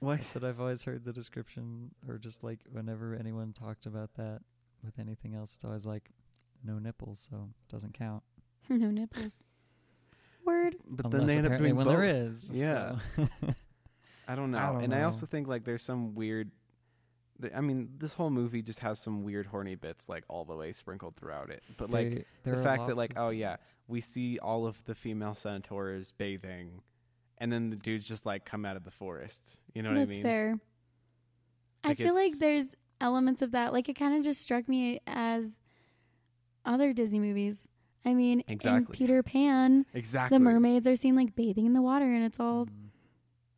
Speaker 3: What?
Speaker 5: That's what I've always heard the description, or just like whenever anyone talked about that with anything else, it's always like no nipples, so it doesn't count.
Speaker 2: no nipples. Word.
Speaker 3: But
Speaker 5: Unless
Speaker 3: then they end up
Speaker 5: apparently
Speaker 3: doing
Speaker 5: when
Speaker 3: both.
Speaker 5: there is. [LAUGHS]
Speaker 3: Yeah.
Speaker 5: so.
Speaker 3: I don't know.
Speaker 5: I don't
Speaker 3: and I
Speaker 5: know.
Speaker 3: also think like there's some weird. th- I mean, this whole movie just has some weird horny bits like all the way sprinkled throughout it. But like,
Speaker 5: There- there
Speaker 3: the
Speaker 5: are
Speaker 3: fact that,
Speaker 5: lots
Speaker 3: like,
Speaker 5: of
Speaker 3: oh, yeah.
Speaker 5: things.
Speaker 3: we see all of the female centaurs bathing, and then the dudes just like come out of the forest. You know what
Speaker 2: That's
Speaker 3: I mean?
Speaker 2: fair. I
Speaker 3: Like,
Speaker 2: feel like
Speaker 3: it's-
Speaker 2: there's elements of that. Like it kind of just struck me as other Disney movies. I mean, in
Speaker 3: Exactly.
Speaker 2: Peter Pan,
Speaker 3: Exactly.
Speaker 2: the mermaids are seen like bathing in the water, and it's all
Speaker 5: Mm.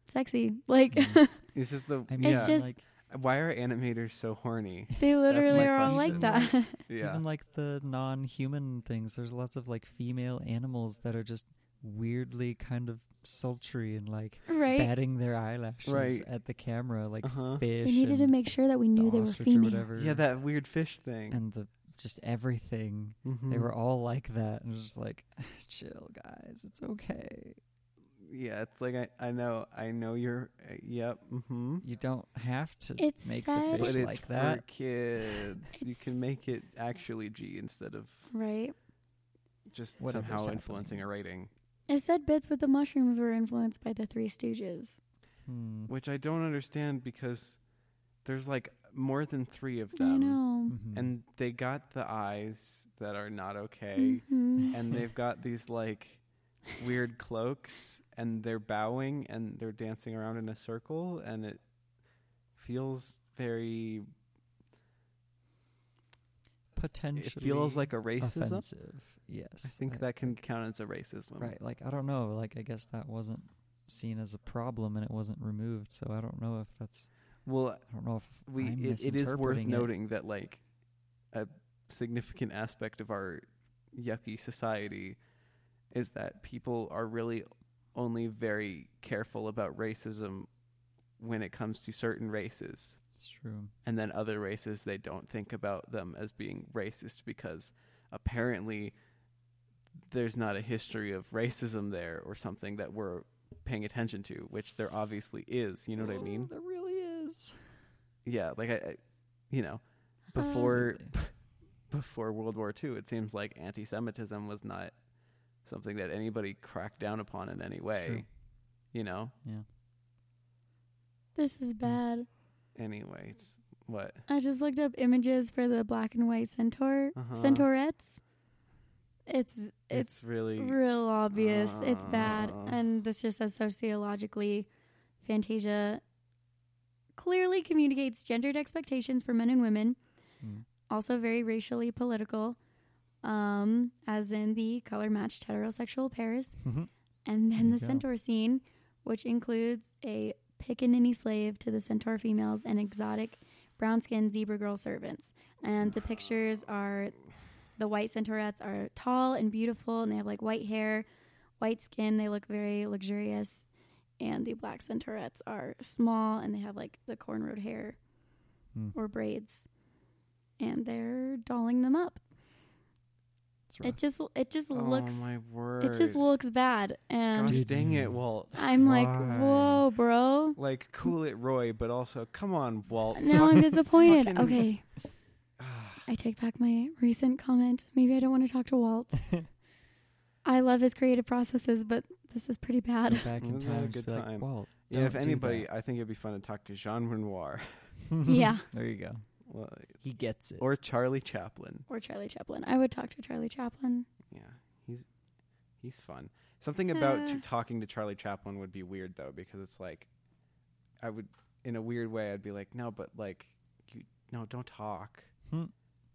Speaker 2: sexy.
Speaker 3: Mm-hmm.
Speaker 2: Like
Speaker 5: Mhm.
Speaker 3: It's just the
Speaker 5: I mean,
Speaker 3: yeah.
Speaker 2: It's just-
Speaker 5: like
Speaker 3: Why are animators so horny?
Speaker 2: [LAUGHS] they literally
Speaker 3: my
Speaker 2: are all like
Speaker 5: question.
Speaker 2: that.
Speaker 3: Yeah.
Speaker 5: even like the non-human things. There's lots of like female animals that are just weirdly kind of sultry and like
Speaker 2: [LAUGHS] right?
Speaker 5: batting their eyelashes
Speaker 3: Right.
Speaker 5: at the camera, like
Speaker 3: Uh-huh.
Speaker 5: fish.
Speaker 2: They needed to
Speaker 5: and
Speaker 2: make sure that we
Speaker 5: the
Speaker 2: knew they were
Speaker 5: ostrich or
Speaker 2: female.
Speaker 5: whatever.
Speaker 3: Yeah, that weird fish thing.
Speaker 5: and the just everything. They
Speaker 3: Mhm.
Speaker 5: "Ah, were all like that, and it was just like, chill, guys, it's okay.
Speaker 3: yeah, it's like I, I know I know you're. Uh, yep. Mm-hmm.
Speaker 5: You don't have to
Speaker 2: It
Speaker 5: make the
Speaker 2: said-
Speaker 3: But
Speaker 5: fish
Speaker 3: it's
Speaker 5: like
Speaker 3: for
Speaker 5: that.
Speaker 3: kids. you
Speaker 2: It's-
Speaker 3: can make it actually G instead of
Speaker 2: Right.
Speaker 3: just
Speaker 5: Whatever's
Speaker 3: somehow
Speaker 5: happening.
Speaker 3: influencing a rating,
Speaker 2: It said bits with the mushrooms were influenced by the Three Stooges.
Speaker 5: Hmm.
Speaker 3: which I don't understand because there's like more than three of
Speaker 2: I
Speaker 3: them,
Speaker 2: know.
Speaker 5: Mhm.
Speaker 3: and they got the eyes that are not okay.
Speaker 5: Mm-hmm.
Speaker 2: Mhm.
Speaker 3: and they've got these like weird cloaks and they're bowing and they're dancing around in a circle and it feels very it
Speaker 5: potentially
Speaker 3: feels like a racism
Speaker 5: offensive. Yes,
Speaker 3: i think that can count as a racism
Speaker 5: right. Like I don't know. Like I guess that wasn't seen as a problem and it wasn't removed. So I don't know if that's.
Speaker 3: well
Speaker 5: I don't know if
Speaker 3: we
Speaker 5: I'm
Speaker 3: it, it is worth
Speaker 5: misinterpreting it.
Speaker 3: noting that like a significant aspect of our yucky society is that people are really only very careful about racism when it comes to certain races
Speaker 5: It's true.
Speaker 3: and then other races they don't think about them as being racist because apparently there's not a history of racism there or something that we're paying attention to which there obviously is you know what i
Speaker 5: Oh,
Speaker 3: mean
Speaker 5: There really is.
Speaker 3: yeah like i, I you know before
Speaker 5: Absolutely.
Speaker 3: [LAUGHS] before world war ii it seems like anti-semitism was not something that anybody cracked down upon in any
Speaker 5: true.
Speaker 3: way you know
Speaker 2: This is
Speaker 3: Mm.
Speaker 2: bad.
Speaker 3: anyway it's what
Speaker 2: I just looked up images for the black and white centaur
Speaker 3: Uh-huh.
Speaker 2: centaurettes. It's
Speaker 3: it's
Speaker 2: it's,
Speaker 3: really
Speaker 2: real obvious. it's bad,
Speaker 3: Uh.
Speaker 2: and this just says sociologically, Fantasia clearly communicates gendered expectations for men and women.
Speaker 5: Mm.
Speaker 2: Also, very racially political, um, as in the color matched heterosexual pairs. And then
Speaker 5: There
Speaker 2: the
Speaker 5: you go.
Speaker 2: centaur scene, which includes a pickaninny slave to the centaur females and exotic brown skinned zebra girl servants. And the pictures are the white centaurettes are tall and beautiful, and they have like white hair, white skin. They look very luxurious. And the black centaurettes are small and they have like the cornrowed hair
Speaker 5: Hmm.
Speaker 2: or braids. And they're dolling them up.
Speaker 5: It's rough.
Speaker 2: It just it just looks
Speaker 3: oh my word
Speaker 2: it just looks bad. And
Speaker 3: Gosh
Speaker 5: Dude.
Speaker 3: dang it, Walt.
Speaker 2: I'm
Speaker 3: Why?
Speaker 2: like, whoa, bro.
Speaker 3: Like, cool it, Roy, but also, come on, Walt.
Speaker 2: Now I'm disappointed.
Speaker 3: [SIGHS] fucking-
Speaker 2: Okay, I take back my recent comment. Maybe I don't want to talk to Walt.
Speaker 1: [LAUGHS]
Speaker 2: I love his creative processes, but this is pretty
Speaker 5: Go
Speaker 3: [LAUGHS]
Speaker 2: bad.
Speaker 5: back in
Speaker 3: Wasn't that a
Speaker 5: time. Just
Speaker 3: good
Speaker 5: be like,
Speaker 1: [LAUGHS]
Speaker 3: time?
Speaker 5: well,
Speaker 3: yeah, if
Speaker 5: don't do
Speaker 3: anybody, I think it'd be fun to talk to Jean Renoir [LAUGHS]
Speaker 5: that."
Speaker 2: [LAUGHS] Yeah.
Speaker 5: There you go.
Speaker 3: Well,
Speaker 5: He gets it.
Speaker 3: or Charlie Chaplin.
Speaker 2: Or Charlie Chaplin. I would talk to Charlie Chaplin.
Speaker 3: Yeah, he's he's fun. Something about t-
Speaker 2: Uh.
Speaker 3: talking to Charlie Chaplin would be weird though, because it's like, I would, in a weird way, I'd be like, no, but like, you, no, don't talk.
Speaker 5: Hmm.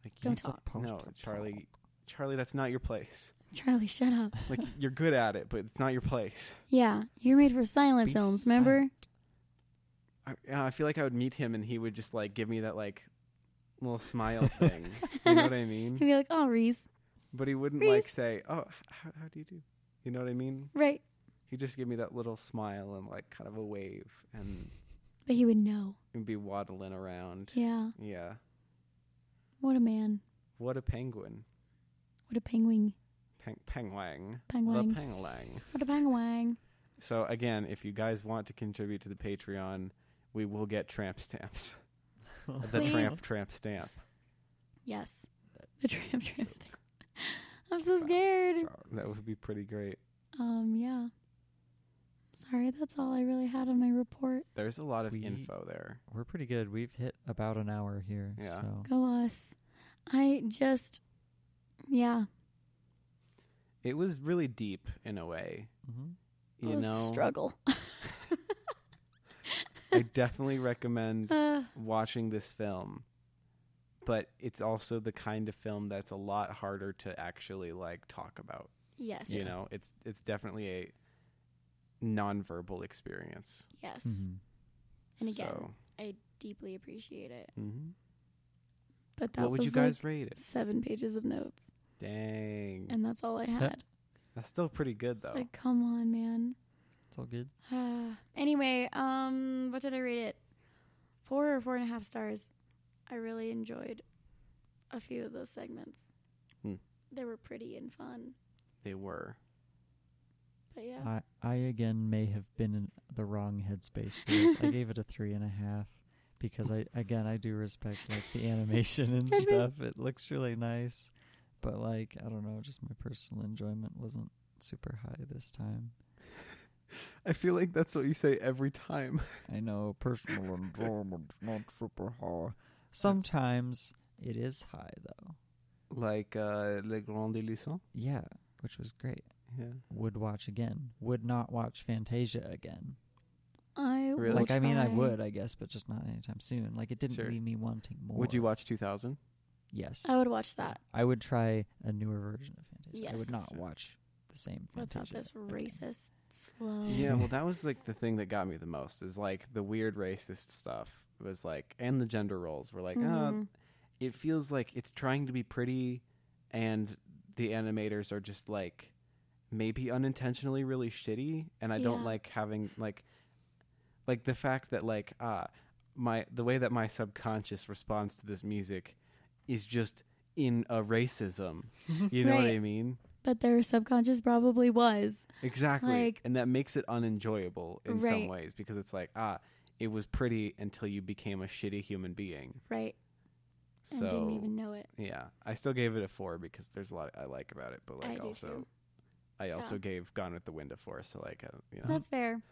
Speaker 3: Like,
Speaker 2: Don't
Speaker 3: you,
Speaker 2: talk.
Speaker 5: supposed
Speaker 3: No,
Speaker 5: to
Speaker 2: [LAUGHS]
Speaker 3: Charlie, Charlie, that's not your place.
Speaker 2: Charlie, shut up.
Speaker 3: Like, [LAUGHS] you're good at it, but it's not your place.
Speaker 2: Yeah, you're made for silent
Speaker 5: Be
Speaker 2: films, remember?
Speaker 3: I, uh, I feel like I would meet him and he would just like give me that like little smile thing.
Speaker 2: [LAUGHS]
Speaker 3: you know what I
Speaker 2: He'd
Speaker 3: mean?
Speaker 2: be like, oh, Reese.
Speaker 3: But he wouldn't like
Speaker 2: Reese.
Speaker 3: say, "Oh, h- how, how do you do?" You know what I mean?
Speaker 2: Right.
Speaker 3: He'd just give me that little smile and like kind of a wave and
Speaker 2: But he would know.
Speaker 3: he'd be waddling around.
Speaker 2: Yeah.
Speaker 3: Yeah.
Speaker 2: What a man.
Speaker 3: What a penguin.
Speaker 2: What a penguin.
Speaker 3: Peng penguang. The
Speaker 2: Penguin.
Speaker 3: penguang.
Speaker 2: What a penguin.
Speaker 3: So again, if you guys want to contribute to the Patreon, we will get tramp stamps. [LAUGHS] the
Speaker 2: Please.
Speaker 3: tramp tramp stamp.
Speaker 2: Yes. The tramp tramp thing. [LAUGHS] I'm so scared.
Speaker 3: That would be pretty great.
Speaker 2: Um, yeah. Sorry, that's all I really had on my report.
Speaker 3: There's a lot of
Speaker 5: We-
Speaker 3: info there.
Speaker 5: We're pretty good. We've hit about an hour here.
Speaker 3: Yeah.
Speaker 5: So
Speaker 2: Go us. I just, yeah,
Speaker 3: It was really deep in a way.
Speaker 1: Mm-hmm.
Speaker 5: Mhm.
Speaker 2: it
Speaker 3: You
Speaker 2: was
Speaker 3: know,
Speaker 2: a struggle. [LAUGHS]
Speaker 3: I definitely recommend
Speaker 2: [LAUGHS] Uh,
Speaker 3: watching this film, but it's also the kind of film that's a lot harder to actually like talk about.
Speaker 2: yes.
Speaker 3: You know, it's it's definitely a nonverbal experience.
Speaker 2: Yes.
Speaker 1: Mm-hmm.
Speaker 5: Mhm.
Speaker 2: And again,
Speaker 3: So,
Speaker 2: I deeply appreciate it.
Speaker 3: mhm.
Speaker 2: But that
Speaker 3: what would
Speaker 2: was
Speaker 3: you guys
Speaker 2: like
Speaker 3: rate it?
Speaker 2: seven pages of notes,
Speaker 3: Dang,
Speaker 2: and that's all I had.
Speaker 3: that's still pretty good
Speaker 2: It's
Speaker 3: though.
Speaker 2: like, come on, man. [SIGHS]
Speaker 5: it's all good.
Speaker 2: Ah. anyway, um, what did I rate it? Four or four and a half stars. I really enjoyed a few of those segments.
Speaker 3: Hmm.
Speaker 2: They were pretty and fun.
Speaker 3: they were.
Speaker 2: But yeah.
Speaker 1: I, I again may have been in the wrong headspace for this. I gave it a three and a half because I again I do respect like the animation
Speaker 2: [LAUGHS]
Speaker 1: and stuff. It looks really nice, but like I don't know, just my personal enjoyment wasn't super high this time.
Speaker 3: I feel like that's what you say every time. [LAUGHS]
Speaker 1: I know personal enjoyment not super high. Sometimes it is high though.
Speaker 3: like uh, Le Grand Illusion.
Speaker 1: Yeah, which was great.
Speaker 3: Yeah.
Speaker 1: Would watch again. Would not watch Fantasia again.
Speaker 2: I
Speaker 3: Really?
Speaker 2: will
Speaker 1: Like I mean, I
Speaker 2: try.
Speaker 1: would, I guess, but just not anytime soon. Like it didn't
Speaker 3: Sure.
Speaker 1: leave me wanting more.
Speaker 3: Would you watch 2000?
Speaker 1: Yes.
Speaker 2: I would watch that.
Speaker 1: I would try a newer version of Fantasia. I
Speaker 2: Yes.
Speaker 1: would not watch the same
Speaker 2: Without
Speaker 1: Fantasia.
Speaker 2: this
Speaker 1: again.
Speaker 2: racist slow.
Speaker 3: Yeah, well, that was like the thing that got me the most is like the weird racist stuff was like, and the gender roles were like, oh,
Speaker 2: Mhm.
Speaker 3: it feels like it's trying to be pretty, and the animators are just like maybe unintentionally really shitty, and I don't
Speaker 2: Yeah.
Speaker 3: like having like like the fact that like ah my the way that my subconscious responds to this music is just in
Speaker 2: [LAUGHS]
Speaker 3: a racism. You know what I
Speaker 2: Right.
Speaker 3: mean?
Speaker 2: But their subconscious probably was.
Speaker 3: Exactly.
Speaker 2: Like-
Speaker 3: and that makes it unenjoyable in some
Speaker 2: Right.
Speaker 3: ways because it's like, ah, it was pretty until you became a shitty human being.
Speaker 2: Right. And
Speaker 3: So
Speaker 2: didn't even know it.
Speaker 3: yeah, I still gave it a four because there's a lot I like about it, but like
Speaker 2: I do
Speaker 3: also
Speaker 2: too.
Speaker 3: I also gave Gone with the Wind a four, so like uh, you know
Speaker 2: That's fair.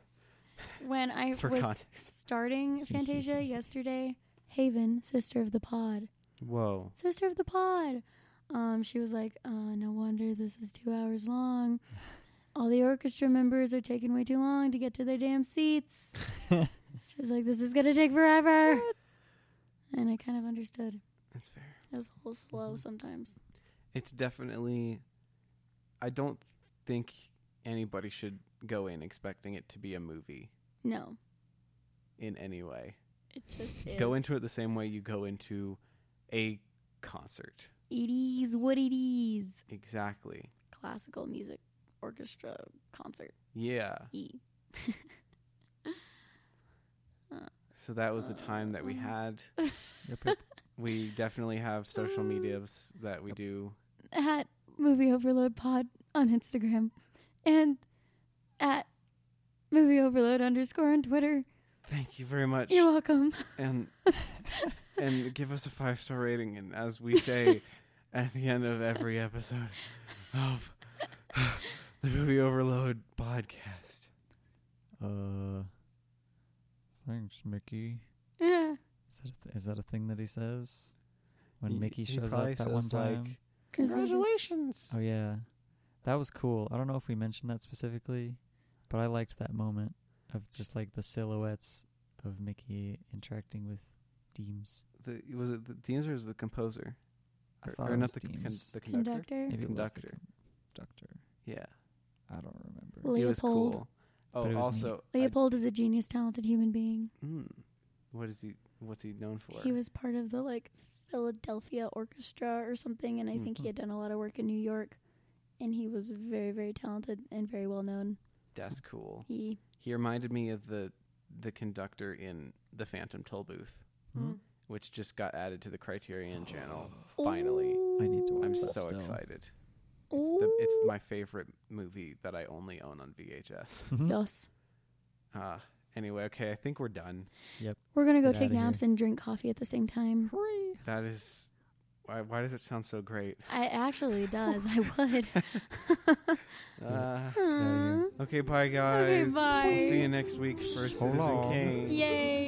Speaker 2: When I
Speaker 3: [LAUGHS] for
Speaker 2: was
Speaker 3: context. [LAUGHS]
Speaker 2: starting Fantasia yesterday, Haven, sister of the pod,
Speaker 3: Whoa,
Speaker 2: sister of the pod. Um, she was like, uh, no wonder this is two hours long. All the orchestra members are taking way too long to get to their damn seats. She's like, this is gonna take forever. And I kind of understood.
Speaker 3: that's fair.
Speaker 2: It was a little slow sometimes.
Speaker 3: It's definitely. I don't think anybody should go in expecting it to be a movie
Speaker 2: No,
Speaker 3: in any way.
Speaker 2: it just is.
Speaker 3: Go into it the same way you go into a concert.
Speaker 2: it is what it is.
Speaker 3: Exactly.
Speaker 2: Classical music orchestra concert.
Speaker 3: Yeah.
Speaker 2: E.
Speaker 3: So that was the time that we
Speaker 2: Uh,
Speaker 3: had.
Speaker 1: Yep, yep.
Speaker 3: We definitely have
Speaker 2: Uh-huh.
Speaker 3: social medias that we
Speaker 1: Yep.
Speaker 3: do.
Speaker 2: [LAUGHS] at Movie Overload Pod on Instagram and at Movie Overload underscore on Twitter.
Speaker 3: Thank you very much. [LAUGHS]
Speaker 2: You're welcome. [LAUGHS]
Speaker 3: and and give us a five star rating. And as we [LAUGHS] say at the end of every episode of [SIGHS] the Movie Overload podcast,
Speaker 1: [LAUGHS] Uh, thanks, Mickey.
Speaker 2: Yeah.
Speaker 1: Is that a th- is that a thing that he says when
Speaker 3: He-
Speaker 1: Mickey
Speaker 3: he
Speaker 1: shows
Speaker 3: probably
Speaker 1: up that one
Speaker 3: says, like,
Speaker 1: time?
Speaker 3: congratulations.
Speaker 1: oh yeah, that was cool. I don't know if we mentioned that specifically, but I liked that moment of just like the silhouettes of Mickey interacting with Deems.
Speaker 3: The, was it the, the answer is the composer?
Speaker 1: I
Speaker 3: Or-
Speaker 1: thought
Speaker 3: or
Speaker 1: it
Speaker 3: not
Speaker 1: was
Speaker 3: the, con-
Speaker 1: Deems.
Speaker 3: the conductor?
Speaker 2: Conductor.
Speaker 1: Maybe it was the
Speaker 3: conductor.
Speaker 1: conductor.
Speaker 3: Yeah.
Speaker 1: I don't remember.
Speaker 3: He
Speaker 2: Leopold.
Speaker 3: was cool. Oh,
Speaker 1: But it was
Speaker 3: also, I-
Speaker 2: Leopold is a genius, talented human being.
Speaker 3: mm, what is he? What's he known for?
Speaker 2: He was part of the like Philadelphia Orchestra or something, and I think
Speaker 1: Mm-hmm.
Speaker 3: Mhm.
Speaker 2: he had done a lot of work in New York. And he was very, very talented and very well known.
Speaker 3: That's cool.
Speaker 2: He
Speaker 3: He reminded me of the the conductor in the Phantom Toll Booth,
Speaker 1: Hmm?
Speaker 3: which just got added to the Criterion Channel. Finally,
Speaker 1: I need to watch
Speaker 3: I'm
Speaker 1: that
Speaker 3: so
Speaker 1: still.
Speaker 3: excited. It's, the, it's
Speaker 2: Ooh.
Speaker 3: my favorite movie that I only own on [LAUGHS] VHS.
Speaker 1: [LAUGHS]
Speaker 2: Yes.
Speaker 3: Uh, anyway, okay, I think we're done.
Speaker 2: We're gonna go
Speaker 1: Let's get
Speaker 2: take
Speaker 1: outta here.
Speaker 2: naps and drink coffee at the same time.
Speaker 3: That is why. Why does it sound so great?
Speaker 2: I actually does.
Speaker 1: [LAUGHS]
Speaker 2: I would.
Speaker 1: Let's do it.
Speaker 3: Uh,
Speaker 1: outta here.
Speaker 2: Aw.
Speaker 3: okay, bye guys.
Speaker 2: bye.
Speaker 3: We'll see you next week for
Speaker 1: So
Speaker 3: Citizen
Speaker 1: long.
Speaker 2: [LAUGHS]
Speaker 3: Kane.
Speaker 2: Yay.